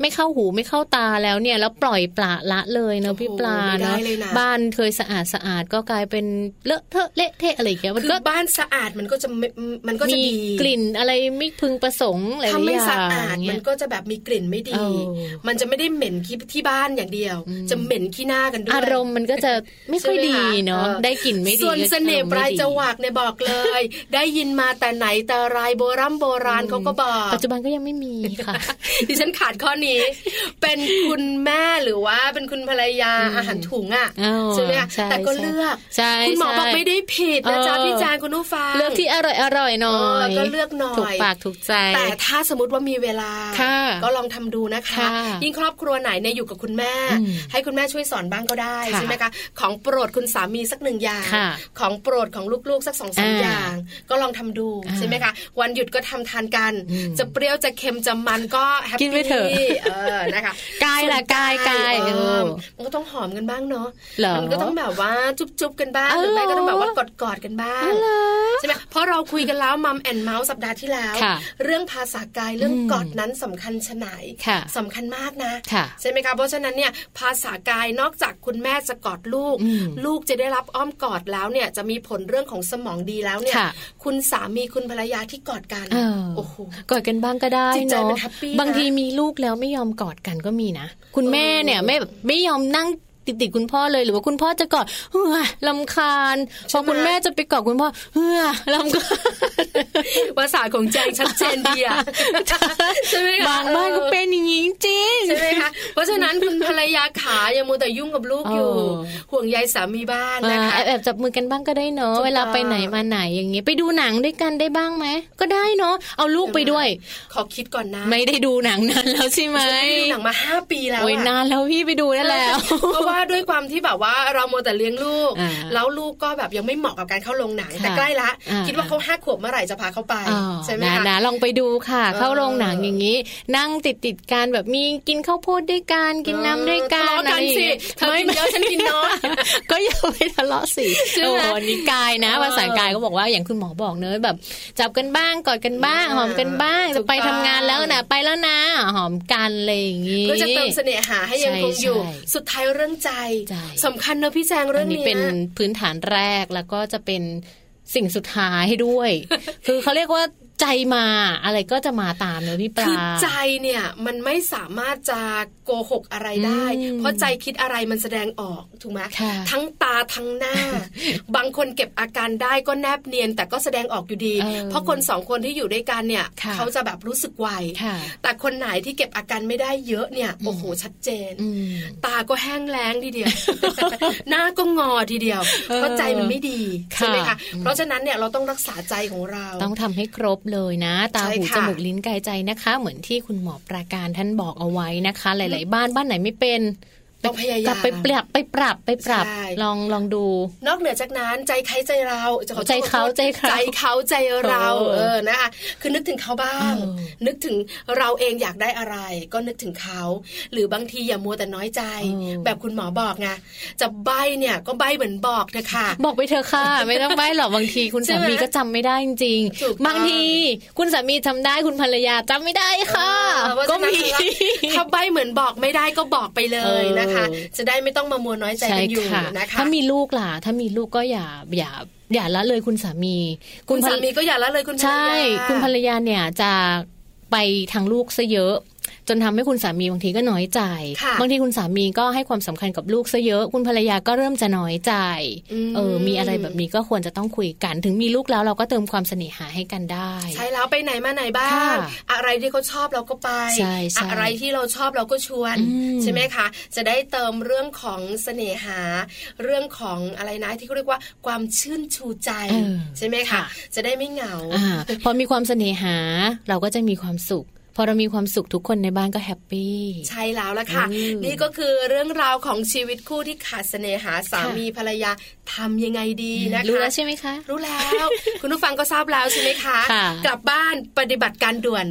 S3: ไม่เข้าหูไม่เข้าตาแล้วเนี่ย แล้วปล่อยปละละเลยเนาะพี่ปลา
S4: โอ้โหไม่ได้
S3: เนาะ
S4: เลยนะ
S3: บ้านเคยสะอาดสะอาดก็กลายเป็นเลอะเทอะเละเทะอะไรอย่างเงี้ยมัน
S4: คือ
S3: ก็
S4: บ้านสะอาดมันก็จะไม่มันก็จะ
S3: มี
S4: ดี
S3: กลิ่นอะไรไม่พึงประสงค์หลาย
S4: ถ้า
S3: ๆ
S4: ไม่
S3: อย่า
S4: สะอาด
S3: งเงี้
S4: มั
S3: ย
S4: นก็จะแบบมีกลิ่นไม่ดี
S3: เออ
S4: มันจะไม่ได้เหม็นขี้ที่บ้านอย่างเดียว
S3: อืม
S4: จะเหม็นขี้หน้ากันด้วย
S3: อารมณ์มันก็จะไม่ค่อยดีเนาะ
S4: ใช่หมค
S3: ได้กลิ่นไม่ดี
S4: ส่วน
S3: ก็
S4: เสน่ห์ปลายจวั
S3: อก
S4: เนี่ยบอกเลย <laughs> ได้ยินมาแต่ไหนแต่ไรโบรำโบราณเขาก็บอ
S3: ารมณ์ไม่ดี
S4: ก
S3: ปัจจุบันก็ยังไม่มีค่ะ
S4: <laughs> ดิฉันขาดข้อ นี้ เป็นคุณแม่หรือว่าเป็นคุณภรรยา
S3: อืม
S4: อาหารถุงอ่ะ
S3: อ้าว
S4: ใช่ไหมคะ
S3: ใช่
S4: แต่ก็เลือก
S3: ใช่
S4: คุณหมอ
S3: ใช่
S4: บอกไม่ได้ผิดนะจ๊ะ
S3: เออ
S4: พี่แจงคุณผู้ฟัง
S3: เลือกที่อร่อยอร่อยๆหน่อ
S4: เออย ก็เลือกหน่อย
S3: ถูกปากถูกใจ
S4: แต่ถ้าสมมติว่ามีเวลา
S3: ค่ะ
S4: ก็ลองทำดูนะคะ
S3: ค่ะ
S4: ยิ่งครอบครัวไหนเนี่ยอยู่กับคุณแม่
S3: อืม
S4: ให้คุณแม่ช่วยสอนบ้างก็ได้
S3: ค่ะ
S4: ใช่ไหมคะ ของโปรดคุณสามีสักหนึ่งอย่าง
S3: ค่ะ
S4: ของโปรดของลูกๆสักสองสาม
S3: อ่า
S4: อย่าง ก็ลองทำดู
S3: อ่า
S4: ใช่ไหมคะ วันหยุดก็ทำทานกัน
S3: อืม
S4: จะเปรี้ยวจะเค็มจะมันก็แฮป
S3: กิ
S4: ปี้
S3: นไปเถอะ
S4: เออนะคะ
S3: กายล่ะกายกาย
S4: เอ
S3: เอ
S4: อ
S3: อ
S4: มันก็ต้องหอมกันบ้างเนาะ
S3: เหรอ
S4: มัก็ต้องแบบว่าจุ๊บๆกันบ้าง
S3: อ๋อ
S4: หรือไม่ก็ต้องแบบว่า
S3: เหรอ
S4: กอดๆกันบ้าง
S3: น่ารัก
S4: ใช่ไหมเพราะเราคุยกันแล้วมัมแอนเมาส์สัปดาห์ที่แล้ว
S3: ค่ะ
S4: เรื่องภาษากายเรื่อง
S3: อืม
S4: กอดนั้นสำคัญชะไหน
S3: ค่ะ
S4: สำคัญมากนะ
S3: ค่ะ
S4: ใช่ไหมคะ เพราะฉะนั้นเนี่ยภาษากายนอกจากคุณแม่จะกอดลูก
S3: อืม
S4: ลูกจะได้รับอ้อมกอดแล้วเนี่ยจะมีผลเรื่องของสมองดีแล้วเนี่ย
S3: ค่ะ
S4: คุณสามีคุณภรรยาที่กอดกัน
S3: เออ
S4: โอ้โห
S3: กอดกันบ้างก็ได้
S4: จิตใจ
S3: เนาะ
S4: มันแฮปปี้นะ
S3: บางทีมีลูกแล้วไม่ยอมกอดกันก็มีนะ คุณแม่เนี่ยไม่แบบไม่ยอมนั่งติดติดๆคุณพ่อเลยหรือว่าคุณพ่อจะกอดเฮ้ยลำคาญ
S4: ใช่
S3: พอ
S4: ไหม
S3: คุณแม่จะไปกอดคุณพ่อเฮ้ยลำคาญ
S4: <laughs> ภาษาของแจงชัดเจนดี
S3: <laughs>
S4: อะใช่ไหมคะ
S3: บางบ้านก็เป็นอย่างนี้จริง
S4: ใช่ไหมคะ เพราะฉะนั้นคุณภรรยาขาอย่ามัวแต่ยุ่งกับลูกอยู่
S3: เออ
S4: ห่วงใยสามีบ้าน
S3: อ่า
S4: นะคะ
S3: แอบแอบจับมือกันบ้างก็ได้เนาะ
S4: ถูกต้อง
S3: เวลาไปไหนมาไหนอย่างเงี้ยไปดูหนังด้วยกันได้บ้างไหมก็ได้เนาะเอาลูกไปด้วย
S4: ขอคิดก่อนนะ
S3: ไม่ได้ดูหนังนานแล้วใช่ไหม
S4: ฉันไม่ได้ดูหนังมาห้าปีแล้วะ
S3: โอ้ยนานแล้วพี่ไปดูนั่น <laughs> แล้ว
S4: เพราะว่าด้วยความที่แบบว่าเรามัวแต่เลี้ยงลูก
S3: อ่า
S4: แล้วลูกก็แบบยังไม่เหมาะกับการเข้าโรงหนัง
S3: ค่ะ
S4: แต่ใกล้ละ
S3: อ่า
S4: คิดว่าเขาห้าขวบเมื่อไหร่จะพาเขาไป
S3: อ๋อ
S4: ใช่ไหม
S3: นะคะ นะลองไปดูค่ะ
S4: เออ
S3: เข้าโรงหนังอย่างนี้ นั่งติดติดๆกันแบบมีกินข้าวโพดด้วยกันกินน้ำด้วยกัน
S4: ทะเลาะ
S3: อะไร
S4: กั
S3: อ
S4: น
S3: ย่าง
S4: สิ
S3: เงี้ย
S4: เธอกินเยอะฉันกินน้อย
S3: ก็อย่า <laughs> ไปทะเลาะสิ
S4: ใช่ไหม
S3: โอ้นี่กายนะ
S4: เออ
S3: ภาษากายก็บอกว่าอย่างคุณหมอบอกเนอะแบบ จับกันบ้างกอดกันบ้าง หอมกันบ้าง
S4: ถู
S3: จะ
S4: ก
S3: ไป
S4: ต้
S3: ทำ
S4: อง
S3: งานแล้วนะไปแล้วนะ หอมกันอะไรอย่างงี้
S4: เพื่อจะเติมเสน่หาให้ยังคงอยู่
S3: ใช่ใช่
S4: สุดท้ายเรื่องใจ
S3: ใจ
S4: สำคัญเนอะพี่แจงเรื่อง
S3: นนี้
S4: เนี้ย
S3: เป็นพื้นฐานแรกแล้วก็จะเป็นสิ่งสุดท้ายด้วย <laughs> คือเขาเรียกว่าใจมาอะไรก็จะมาตามเนอะพี่ปลา
S4: คือใจเนี่ยมันไม่สามารถจะโกหกอะไรได้
S3: อืม
S4: เพราะใจคิดอะไรมันแสดงออกถูกไหม
S3: ค่ะ
S4: ทั้งตาทั้งห
S3: <laughs>
S4: น้า บางคนเก็บอาการได้ก็แนบเนียน แต่ก็แสดงออกอยู่ดี
S3: เออ
S4: เพราะคนสองคนที่อยู่ด้วยกันเนี่ย
S3: ค่ะ
S4: เขาจะแบบรู้สึกไว
S3: ค่ะ
S4: แต่คนไหนที่เก็บอาการไม่ได้เยอะเนี่ยโอ้โหชัดเจน
S3: อืม
S4: ตาก็แห้งแล้งทีเดียว <laughs> หน้าก็งอทีเดียว
S3: เออ
S4: เพราะใจมันไม่ดีใช่ไหม
S3: ค่ะ
S4: คะ
S3: อืม
S4: เพราะฉะนั้นเนี่ยเราต้องรักษาใจของเรา
S3: ต้องทำให้ครบเลยนะ ตา
S4: ใช่
S3: หู
S4: ค่ะ
S3: จมูกลิ้นกายใจนะคะ เหมือนที่คุณหมอประการท่านบอกเอาไว้นะคะ หลาย ๆ บ้านบ้านไหนไม่เป็น
S4: ต้องพยายาม
S3: กลับไปปรับไปปรับไปปรับ
S4: ใช่
S3: ลองลองดู
S4: นอกเหนือจากนั้นใจใครใจเราจะขอโทษ
S3: ใจเขา
S4: ขอโทษ
S3: ใจเขา
S4: ใจเขาใจเรา
S3: เออ
S4: เออนะคะคือนึกถึงเขาบ้าง
S3: เออ
S4: นึกถึงเราเองอยากได้อะไร ก็นึกถึงเขา หรือบางทีอย่ามัวแต่น้อยใจ
S3: เออ
S4: แบบคุณหมอบอกไงจะใบเนี่ยก็ใบเหมือนบอกเถอะค่ะ
S3: บอกไปเธอะค่ะ
S4: <laughs>
S3: ไม่ต้องไปหรอกบางทีคุณ
S4: ใช่
S3: สา
S4: ไหม
S3: มีก็จำไม่ได้จริง
S4: ถูกต้อง
S3: บางทีคุณสามีจำได้คุณภรรยาจำไม่ได้ค่ะ
S4: เออเพราะ
S3: ก็
S4: ฉะนั้น
S3: มี
S4: ถ้าใบเหมือนบอกไม่ได้ก็บอกไปเลย
S3: เออ
S4: นะคะ จะได้ไม่ต้องมามัวน้อยใจกันอยู่
S3: ค่ะ
S4: นะคะ
S3: ถ้ามีลูกล่ะ ถ้ามีลูกก็อย่าอย่าอย่าละเลยคุณสามี
S4: คุณสามีก็อย่าละเลยคุณภรรยา
S3: ใช่ คุณภรรยาเนี่ยจะไปทางลูกซะเยอะ จนทำให้คุณสามีบางทีก็น้อยใจ
S4: ค่ะ
S3: บางทีคุณสามีก็ให้ความสำคัญกับลูกซะเยอะ คุณภรรยาก็เริ่มจะน้อยใจ
S4: อืม
S3: เออ มีอะไรแบบนี้ก็ควรจะต้องคุยกัน ถึงมีลูกแล้วเราก็เติมความเสน่หาให้กันได้
S4: ใช่แล้วไปไหนมาไหนบ้าง
S3: ค่ะ
S4: อะไรที่เขาชอบเราก็ไป
S3: ใช่ใช่
S4: อะไรที่เราชอบเราก็ชวน
S3: อืม
S4: ใช่ไหมคะ จะได้เติมเรื่องของเสน่หา เรื่องของอะไรนะที่เขาเรียกว่าความชื่นชูใจ
S3: เออ
S4: ใช่ไหมคะ
S3: ค่ะ
S4: จะได้ไม่เหงา
S3: อ่าพอมีความเสน่หาเราก็จะมีความสุข พอเรามีความสุขทุกคนในบ้านก็แฮปปี้
S4: ใช่แล้วล่ะค่ะ
S3: อืม
S4: นี่ก็คือเรื่องราวของชีวิตคู่ที่ขาดเสน่หาสามีภรรยาทำยังไงดีนะคะ
S3: รู้แล้วใช่ไหมคะ
S4: รู้แล้ว <laughs> คุณผู้ฟังก็ทราบแล้วใช่ไหมคะ
S3: <laughs> ค่ะ
S4: กลับบ้านปฏิบัติการ
S3: <laughs>
S4: ด่วน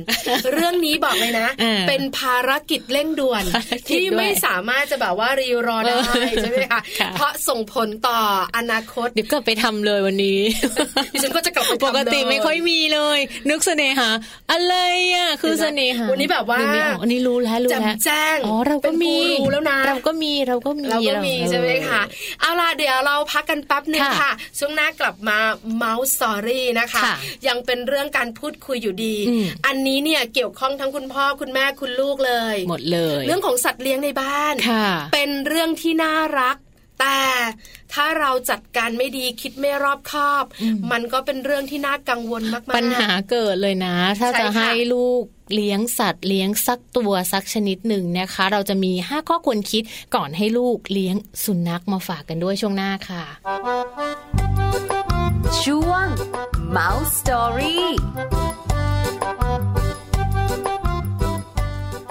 S4: เรื่องนี้บอกเลยนะ
S3: เออ
S4: เป็นภารกิจเร่งด่วน
S3: ภารกิจ
S4: ที่
S3: ด้วย
S4: ไม่สามารถจะแบบว่ารีรอ
S3: <laughs>
S4: ได้
S3: เออ
S4: ใช่ไหมคะ
S3: ค่ะ
S4: เพราะส่งผลต่ออนาคต
S3: เดี๋ยวก็ไปทำเลยวันนี้
S4: <laughs> ดิฉันก็จะกลับไปทำเลย
S3: ปกติไม่ค่อยมีเลย นึกเสน่หา อะไรอ่ะ คือเสน่หา
S4: วันนี้แบบว่า
S3: นึกไม่ออกอันนี้รู้แล้วรู้
S4: แจม
S3: แล้ว
S4: แจ้ง
S3: อ๋อเราก็
S4: เป็น
S3: มี
S4: กูรูแล้วนะ
S3: เราก็มีเราก็มี
S4: เราก็มี
S3: เออ
S4: ใช่ไหมคะเอาล่ะเดี๋ยวเราพักกันแป๊บหนึ่ง
S3: ค่ะ
S4: ค่ะ ช่วงหน้ากลับมาเมาส์สอรี่นะคะ
S3: ค่ะ
S4: ยังเป็นเรื่องการพูดคุยอยู่ดี
S3: อืม
S4: อันนี้เนี่ยเกี่ยวข้องทั้งคุณพ่อคุณแม่คุณลูกเลย
S3: หมดเลย
S4: เรื่องของสัตว์เลี้ยงในบ้าน
S3: ค่ะ
S4: เป็นเรื่องที่น่ารัก แต่ถ้าเราจัดการไม่ดีคิดไม่รอบคอบ
S3: อืม
S4: มันก็เป็นเรื่องที่น่ากังวลมากๆ
S3: ปัญหาเกิดเลยนะ ถ้า
S4: ใช่
S3: จะ
S4: ค่ะ
S3: ให้ลูก เลี้ยงสัตว์เลี้ยงสักตัวสักชนิดหนึ่งนะคะ เราจะมี 5 ข้อควรคิดก่อนให้ลูกเลี้ยงสุนัขมาฝากกันด้วยช่วงหน้าค่ะ
S5: ช่วง Mouse Story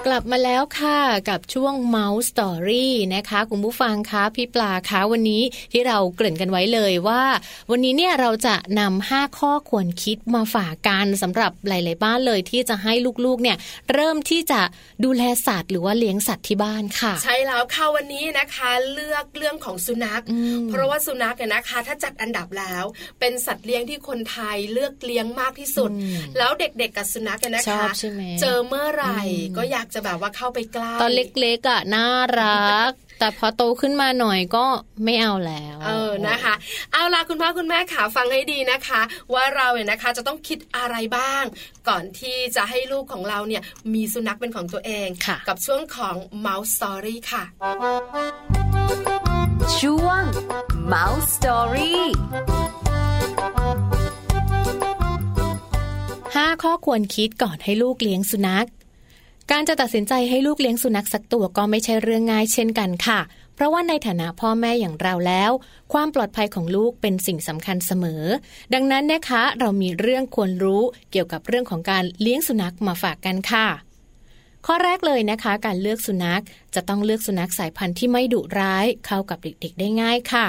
S3: กลับมาแล้วค่ะกับช่วง Mouse Story นะคะคุณผู้ฟังคะพี่ปลาคะวันนี้ที่เราเกริ่นกันไว้เลยว่า วันนี้เนี่ยเราจะนำห้าข้อควรคิดมาฝากกันสำหรับหลาย ๆ บ้านเลยที่จะให้ลูก ๆ เนี่ยเริ่มที่จะดูแลสัตว์หรือว่าเลี้ยงสัตว์ที่บ้านค่ะ
S4: ใช่แล้วค่ะวันนี้นะคะ เลือกเรื่องของสุนัข
S3: อืม
S4: เพราะว่าสุนัขเนี่ยนะคะ ถ้าจัดอันดับแล้ว เป็นสัตว์เลี้ยงที่คนไทยเลือกเลี้ยงมากที่สุด
S3: อืม
S4: แล้วเด็กๆกับสุนัขเนี่ยนะ
S3: ชอ
S4: คะ
S3: บใช่ไหม
S4: เจอเมื่อไหร่
S3: อืม
S4: ก็อยากจะแบบว่าเข้าไปใกล้
S3: ตอนเล็ก ๆ อ่ะ น่ารัก แต่พอโตขึ้นมาหน่อยก็ไม่เอาแล้ว
S4: เออ นะคะ เอาล่ะคุณพ่อคุณแม่ขาฟังให้ดีนะคะ ว่าเราเนี่ยนะคะจะต้องคิดอะไรบ้าง ก่อนที่จะให้ลูกของเราเนี่ยมีสุนัขเป็นของตัวเอง
S3: ค่ะ
S4: กับช่วงของ Mouse Story ค่ะ
S5: ช่วง Mouse Story
S3: ห้าข้อควรคิดก่อนให้ลูกเลี้ยงสุนัข การจะตัดสินใจให้ลูกเลี้ยงสุนัขสักตัวก็ไม่ใช่เรื่องง่ายเช่นกันค่ะ เพราะว่าในฐานะพ่อแม่อย่างเราแล้ว ความปลอดภัยของลูกเป็นสิ่งสำคัญเสมอ ดังนั้นนะคะ เรามีเรื่องควรรู้เกี่ยวกับเรื่องของการเลี้ยงสุนัขมาฝากกันค่ะ ข้อแรกเลยนะคะ การเลือกสุนัขจะต้องเลือกสุนัขสายพันธุ์ที่ไม่ดุร้ายเข้ากับเด็กๆ ได้ง่ายค่ะ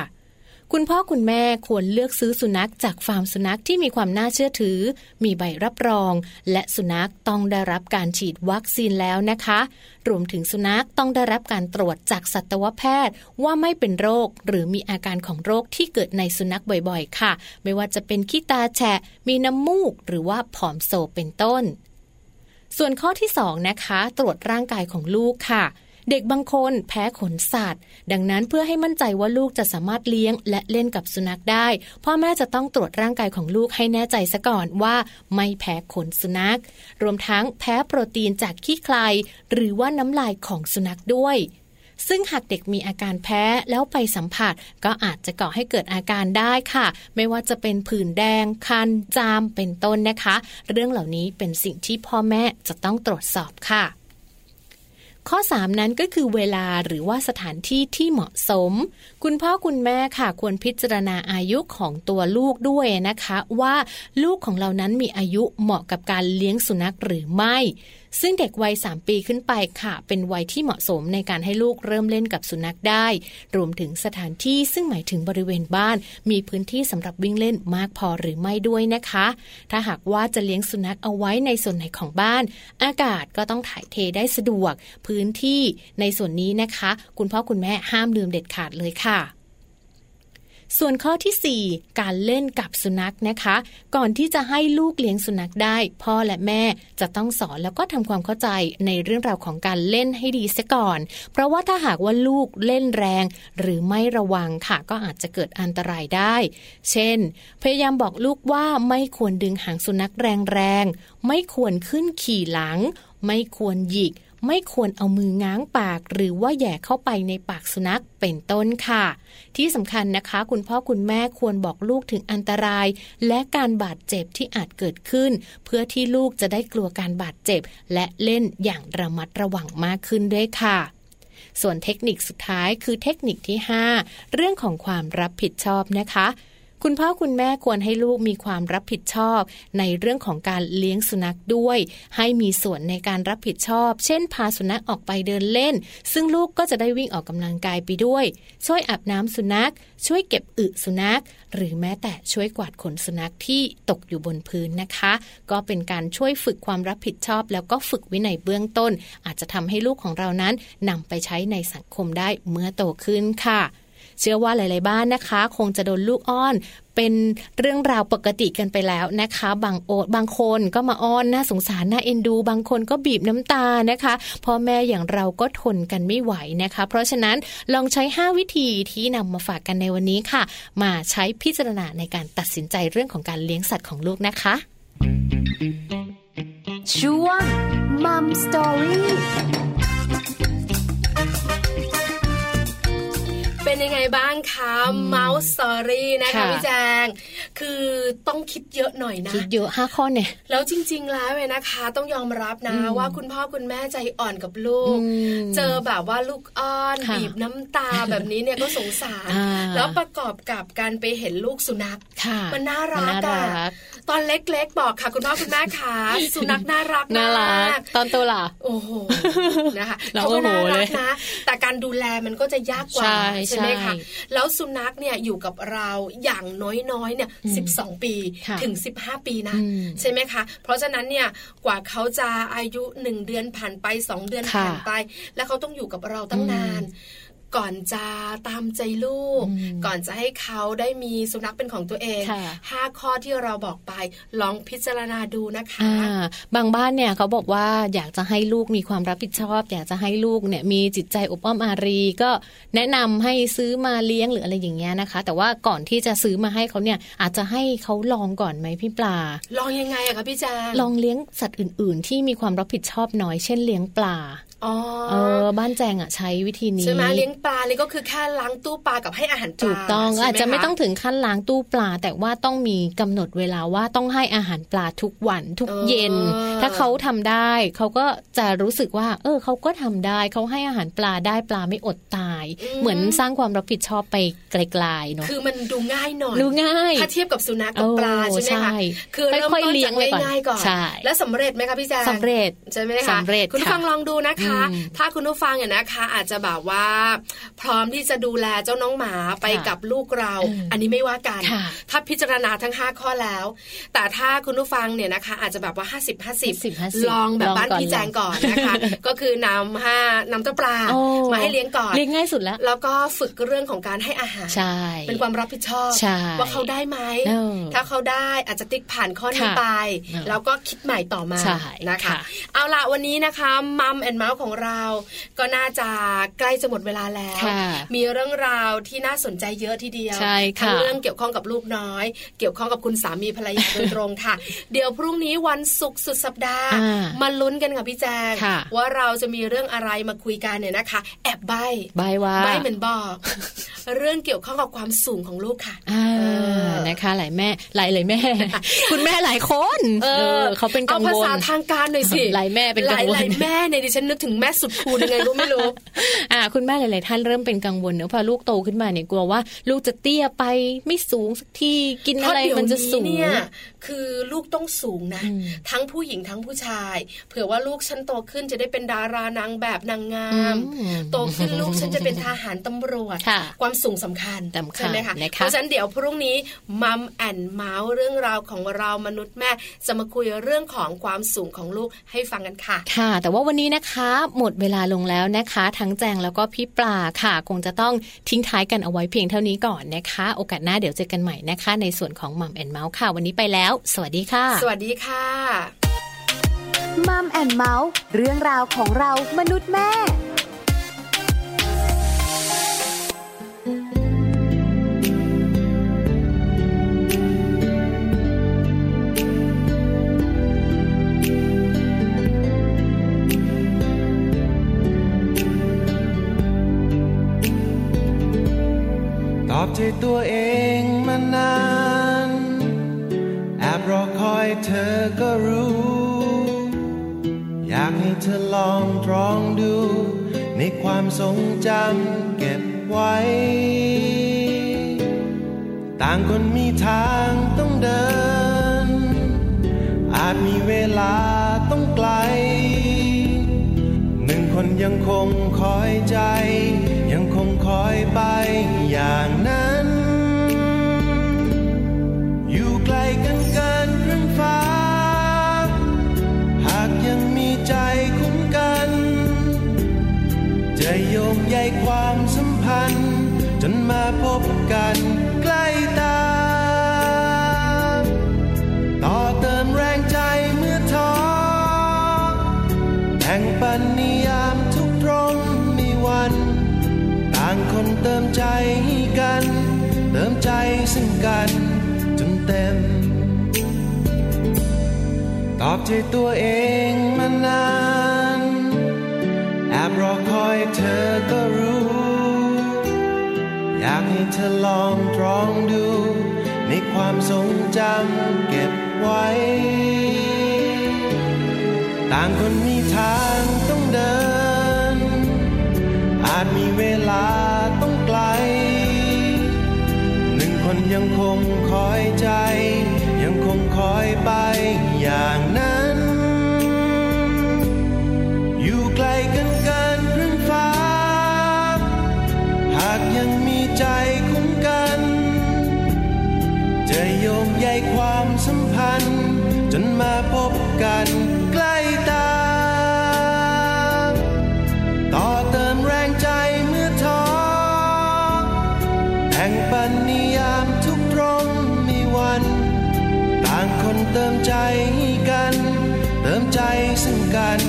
S3: คุณพ่อคุณแม่ควรเลือกซื้อสุนัขจากฟาร์มสุนัขที่มีความน่าเชื่อถือ มีใบรับรอง และสุนัขต้องได้รับการฉีดวัคซีนแล้วนะคะ รวมถึงสุนัขต้องได้รับการตรวจจากสัตวแพทย์ ว่าไม่เป็นโรค หรือมีอาการของโรคที่เกิดในสุนัขบ่อยๆ ค่ะ ไม่ว่าจะเป็นขี้ตาแฉะ มีน้ำมูก หรือว่าผอมโซเป็นต้น ส่วนข้อที่ 2 นะคะ ตรวจร่างกายของลูกค่ะ เด็กบางคนแพ้ขนสัตว์ ดังนั้นเพื่อให้มั่นใจว่าลูกจะสามารถเลี้ยง และเล่นกับสุนัขได้ พ่อแม่จะต้องตรวจร่างกายของลูกให้แน่ใจซะก่อนว่าไม่แพ้ขนสุนัข รวมทั้งแพ้โปรตีนจากขี้ใคร หรือว่าน้ำลายของสุนัขด้วย ซึ่งหากเด็กมีอาการแพ้แล้วไปสัมผัส ก็อาจจะก่อให้เกิดอาการได้ค่ะ ไม่ว่าจะเป็นผื่นแดง คัน จาม เป็นต้นนะคะ เรื่องเหล่านี้เป็นสิ่งที่พ่อแม่จะต้องตรวจสอบค่ะ ข้อ 3 นั้นก็คือเวลาหรือว่าสถานที่ที่เหมาะสม คุณพ่อคุณแม่ค่ะควรพิจารณาอายุของตัวลูกด้วยนะคะ ว่าลูกของเรานั้นมีอายุเหมาะกับการเลี้ยงสุนัขหรือไม่ ซึ่งเด็กวัย 3 ปีขึ้นไปค่ะ เป็นวัยที่เหมาะสมในการให้ลูกเริ่มเล่นกับสุนัขได้ รวมถึงสถานที่ซึ่งหมายถึงบริเวณบ้าน มีพื้นที่สำหรับวิ่งเล่นมากพอหรือไม่ด้วยนะคะ ถ้าหากว่าจะเลี้ยงสุนัขเอาไว้ในส่วนไหนของบ้าน อากาศก็ต้องถ่ายเทได้สะดวก พื้นที่ในส่วนนี้นะคะ คุณพ่อคุณแม่ห้ามลืมเด็ดขาดเลยค่ะ ส่วนข้อที่ 4 การเล่นกับสุนัขนะคะ ก่อนที่จะให้ลูกเลี้ยงสุนัขได้ พ่อและแม่จะต้องสอนแล้วก็ทำความเข้าใจในเรื่องราวของการเล่นให้ดีซะก่อน เพราะว่าถ้าหากว่าลูกเล่นแรง หรือไม่ระวังค่ะ ก็อาจจะเกิดอันตรายได้ เช่น พยายามบอกลูกว่าไม่ควรดึงหางสุนัขแรงๆไม่ควรขึ้นขี่หลัง ไม่ควรหยิก ไม่ควรเอามือง้างปาก หรือว่าแหย่เข้าไปในปากสุนัขเป็นต้นค่ะ ที่สำคัญนะคะ คุณพ่อคุณแม่ควรบอกลูกถึงอันตราย และการบาดเจ็บที่อาจเกิดขึ้น เพื่อที่ลูกจะได้กลัวการบาดเจ็บ และเล่นอย่างระมัดระวังมากขึ้นด้วยค่ะ ส่วนเทคนิคสุดท้ายคือเทคนิคที่ 5 เรื่องของความรับผิดชอบนะคะ คุณพ่อคุณแม่ควรให้ลูกมีความรับผิดชอบ ในเรื่องของการเลี้ยงสุนัขด้วย ให้มีส่วนในการรับผิดชอบ เช่น พาสุนัขออกไปเดินเล่น ซึ่งลูกก็จะได้วิ่งออกกำลังกายไปด้วย ช่วยอาบน้ำสุนัข ช่วยเก็บอึสุนัข หรือแม้แต่ช่วยกวาดขนสุนัขที่ตกอยู่บนพื้นนะคะ ก็เป็นการช่วยฝึกความรับผิดชอบ แล้วก็ฝึกวินัยเบื้องต้น อาจจะทำให้ลูกของเรานั้นนำไปใช้ในสังคมได้เมื่อโตขึ้นค่ะ เชื่อว่าหลาย ๆ บ้านนะคะ คงจะโดนลูกอ้อน เป็นเรื่องราวปกติกันไปแล้วนะคะ บางโอดบางคนก็มาอ้อนน่าสงสารน่าเอ็นดู บางคนก็บีบน้ำตานะคะพ่อแม่อย่างเราก็ทนกันไม่ไหวนะคะ เพราะฉะนั้นลองใช้ 5 วิธีที่นำมาฝากกันในวันนี้ค่ะ มาใช้พิจารณาในการตัดสินใจเรื่องของการเลี้ยงสัตว์ของลูกนะคะ
S5: ช่วง Mom Story
S4: เป็นยังไงบ้างคะ Mouse Story นะคะ
S3: ค่ะ
S4: พี่แจง คือต้องคิดเยอะหน่อยนะ
S3: คิดเยอะห้าข้อเนี่ย
S4: แล้วจริง ๆ แล้วเนี่ยนะคะ ต้องยอมรับนะ
S3: อืม
S4: ว่าคุณพ่อคุณแม่ใจอ่อนกับลู
S3: อื
S4: ก
S3: ม
S4: เจอแบบว่าลูกอ้อน
S3: ค่ะ
S4: บีบน้ำตาแบบนี้เนี่ยก็สงสาร
S3: อ่า
S4: แล้วประกอบกับการไปเห็นลูกสุนัข
S3: ค่ะ
S4: มันน่ารั
S3: มัน
S4: ก
S3: น่า
S4: อะ
S3: รัก
S4: ตอนเล็กๆ บอกค่ะ คุณพ่อคุณแม่
S3: <laughs>
S4: ค่ะสุนัขน่ารัก
S3: น่ารั
S4: ม
S3: ก ตอนโตล่ะ
S4: โอ้โหนะคะ
S3: <laughs> เรา
S4: เขาก็น่า
S3: โอ้โหเล
S4: รั
S3: ย
S4: กนะ แต่การดูแลมันก็จะยากก
S3: ใช่
S4: ว่าไหม
S3: ใช่
S4: คะแล้วสุนัขเนี่ยอยู่กับเราอย่างน้อยๆเนี่ย
S3: อืม
S4: สิบสองปี
S3: ค่ะ
S4: ถึง 15 ปีนะ
S3: อืม
S4: ใช่ไหมคะ เพราะฉะนั้นเนี่ยกว่าเขาจะอายุหนึ่งเดือนผ่านไปสองเดือน
S3: ค่ะ
S4: ผ่านไป แล้วเขาต้องอยู่กับเราตั้งนาน ก่อนจะตามใจลูก
S3: อืม
S4: ก่อนจะให้เขาได้มีสุนัขเป็นของตัวเอง
S3: ค่ะ
S4: ห้าข้อที่เราบอกไปลองพิจารณาดูนะคะ
S3: อ่าบางบ้านเนี่ยเขาบอกว่าอยากจะให้ลูกมีความรับผิดชอบ อยากจะให้ลูกเนี่ยมีจิตใจอบอ้อมอารี ก็แนะนำให้ซื้อมาเลี้ยงหรืออะไรอย่างเงี้ยนะคะ แต่ว่าก่อนที่จะซื้อมาให้เขาเนี่ยอาจจะให้เขาลองก่อนไหมพี่ปลา
S4: ลองยังไงอะคะพี่จาง
S3: ลองเลี้ยงสัตว์อื่น ๆ ที่มีความรับผิดชอบน้อยเช่นเลี้ยงปลา
S4: อ๋อ
S3: เออบ้านแจงอ่ะใช้วิธีนี้
S4: ใช่ไหมเลี้ยงปลาเลยก็คือแค่ล้างตู้ปลากับให้อาหารปลา
S3: ถูกต้อง
S4: ใช่ห
S3: อาจจะไม่ต้อง
S4: ค
S3: ถึงขั้นล้างตู้ปลา แต่ว่าต้องมีกำหนดเวลาว่าต้องให้อาหารปลาทุกวันทุก
S4: เออ
S3: เย็น ถ้าเขาทำได้ เขาก็จะรู้สึกว่า เออเขาก็ทำได้เขาให้อาหารปลาได้ปลาไม่อดตาย
S4: อืม
S3: เหมือนสร้างความรับผิดชอบไปไกลๆเนาะ
S4: คือมันดูง่ายหน่อย
S3: ดูง่าย
S4: ถ้าเทียบกับสุนัขกับ
S3: เออ
S4: ปลาใช่ไหมคะคือเริ่ม
S3: ค่อย
S4: ต้
S3: ๆ
S4: น
S3: เลี้ย
S4: จาง ก
S3: ไปก่อน
S4: ง่ายๆก่อน
S3: ใช่
S4: แล้วสำเร็จไหมคะพี่แจง
S3: สำเร็จ
S4: ใช่ไหมคะ
S3: สำเร็จ
S4: คุณผู้
S3: ค่ะ
S4: ฟังลองดูนะคะ
S3: อืม
S4: ถ้าคุณผู้ฟังเนี่ยนะคะ อาจจะแบบว่า พร้อมที่จะดูแลเจ้าน้องหมาไป
S3: ค่ะ
S4: กับลูกเรา
S3: อืม
S4: อันนี้ไม่ว่ากัน
S3: ค่ะ
S4: ถ้าพิจารณาทั้ง 5 ข้อแล้ว แต่ถ้าคุณผู้ฟังเนี่ยนะคะ อาจจะแบบว่า 50 50
S3: 50
S4: ลองแบบบ้าน
S3: ลองก่อน
S4: พี่แจงก่อนนะคะ
S3: <laughs>
S4: ก็คือนำห้านำเจ้าปลา
S3: โอ้
S4: มาให้เลี้ยงก่อน
S3: เลี้ยงง่ายสุดละ
S4: แล้วก็ฝึกเรื่องของการให้อาหาร
S3: ใช่
S4: เป็นความรับผิดชอบ
S3: ใช่
S4: ว่าเขาได้ไหม
S3: เออ
S4: ถ้าเขาได้อาจจะติ๊กผ่านข้อนี้
S3: ค่ะ
S4: ไป
S3: เออ
S4: แล้วก็คิดใหม่ต่อมา
S3: ใช่
S4: นะคะ
S3: ค่ะ
S4: เอาละวันนี้นะคะมัมแอนเมาส์ของเรา ก็น่าจะใกล้จะหมดเวลาแล้ว
S3: ค่ะ
S4: มีเรื่องราวที่น่าสนใจเยอะทีเดียว
S3: ใช่ค่ะ
S4: ทั้งเรื่องเกี่ยวข้องกับลูกน้อย เกี่ยวข้องกับคุณสามีภรรยาโดยตรงค่ะ <laughs> เดี๋ยวพรุ่งนี้วันศุกร์สุดสัปดาห์
S3: อ่า
S4: มาลุ้นกันค่ะพี่แจง
S3: ค่ะ
S4: ว่าเราจะมีเรื่องอะไรมาคุยกันเนี่ยนะคะ แอบใบ
S3: บายว่า
S4: ไม่เหมือนบอก <laughs> เรื่องเกี่ยวข้องกับความสูงของลูกค่ะ
S3: อ่า
S4: เออ
S3: นะคะ หลายแม่หลายห
S4: <laughs>
S3: ลายแม่ คุณแม่หลายคนเออเขาเป็นกัง
S4: เอาภาว
S3: ล
S4: ษาทางการหน่อยสิ
S3: หลายแม่เป็นกังวล
S4: หลายๆแม่เนี่ยดิฉันนึกถึงแม่สุดคูณยังไงก็ไม่รู้
S3: <laughs> อ่าคุณแม่หลาย ๆ ท่านเริ่มเป็นกังวลเนอะพอลูกโตขึ้นมาเนี่ยกลัวว่า ลูกจะเตี้ยไปไม่สูงสักทีกิน
S4: เพ
S3: อะ
S4: ราะ
S3: ไร
S4: เดี๋ยว
S3: มันจะสู
S4: นี้
S3: ง
S4: เนี่ยคือลูกต้องสูงนะ
S3: อืม
S4: ทั้งผู้หญิงทั้งผู้ชาย เผื่อว่าลูกฉันโตขึ้นจะได้เป็นดารานางแบบนางงาม
S3: อืม
S4: โตขึ้นลูกฉันจะเป็นทหารตำรวจ
S3: ค่ะ
S4: ความสูงสำคัญ
S3: สำคัญ
S4: ใช่ไหมคะ
S3: นะคะ
S4: เพราะฉะนั้นเดี๋ยวพรุ่งนี้มัมแอนเมาส์เรื่องราวของเรามนุษย์แม่จะมาคุยเรื่องของความสูงของลูกให้ฟังกันค่ะ
S3: ค่ะ แต่ว่าวันนี้นะคะหมดเวลาลงแล้วนะคะ ทั้งแจงแล้วก็พี่ปลาค่ะ คงจะต้องทิ้งท้ายกันเอาไว้เพียงเท่านี้ก่อนนะคะ โอกาสหน้าเดี๋ยวเจอกันใหม่นะคะ ในส่วนของมัมแอนเมาส์ค่ะ วันนี้ไปแล้ว สวัสดีค่ะ
S4: สวัสดีค่ะ
S5: มัมแอนเมาส์เรื่องราวของเรามนุษย์แม่
S2: ตอบใจตัวเองมานาน แอบรอคอยเธอก็รู้ อยากให้เธอลองตรองดู ในความทรงจำเก็บไว้ ต่างคนมีทางต้องเดิน อาจมีเวลาต้องไกล หนึ่งคนยังคงคอยใจ ยังคงคอยไปอย่างนั้น อยู่ไกลกันเกินครึ่งฟ้า หากยังมีใจคุ้มกัน จะโยงใยความสัมพันธ์ จนมาพบกันใกล้ตา ต่อเติมแรงใจเมื่อท้อ แบ่งปันนิยามทุกตรงในวัน ต่างคนเติมใจให้กัน เติมใจซึ่งกันจนเต็ม ตอบใจตัวเองมานาน แอบรอคอยเธอก็รู้ อยากให้เธอลองตรองดู ใน ในความทรงจำเก็บไว้ ต่างคนมีทางต้องเดิน อาจมีเวลาต้องไกล หนึ่งคนยังคงคอยใจ ยังคงคอยไปอย่างนั้น อยู่ไกลกันเกินครึ่งฟ้า หากยังมีใจคุ้มกัน จะโยงใยความสัมพันธ์ จนมาพบกันใกล้ตา ต่อเติมแรงใจเมื่อท้อแห่งปันนิยามทุกตรงมีวัน ต่างคนเติมใจให้กัน เติมใจซึ่งกัน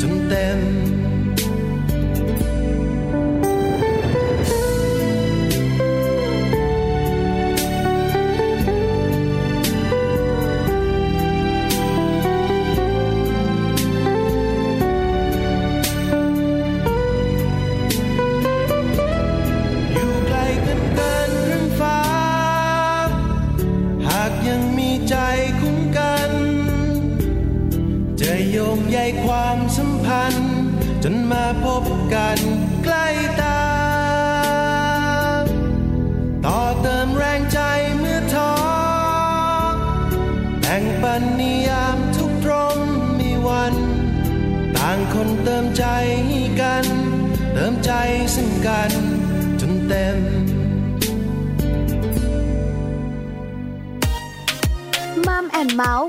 S2: จนเต็ม อยู่ไกลกันเกินครึ่งฟ้า หากยังมีใจคุ้มกัน จะโยงใยความสัมพันธ์ จนมาพบกันใกล้ตา ต่อเติมแรงใจเมื่อท้อแบ่งปันนิยามทุกตรงมีวัน ต่างคนเติมใจให้กัน เติมใจซึ่งกัน จนเต็ม
S5: มัมแอนเมาส์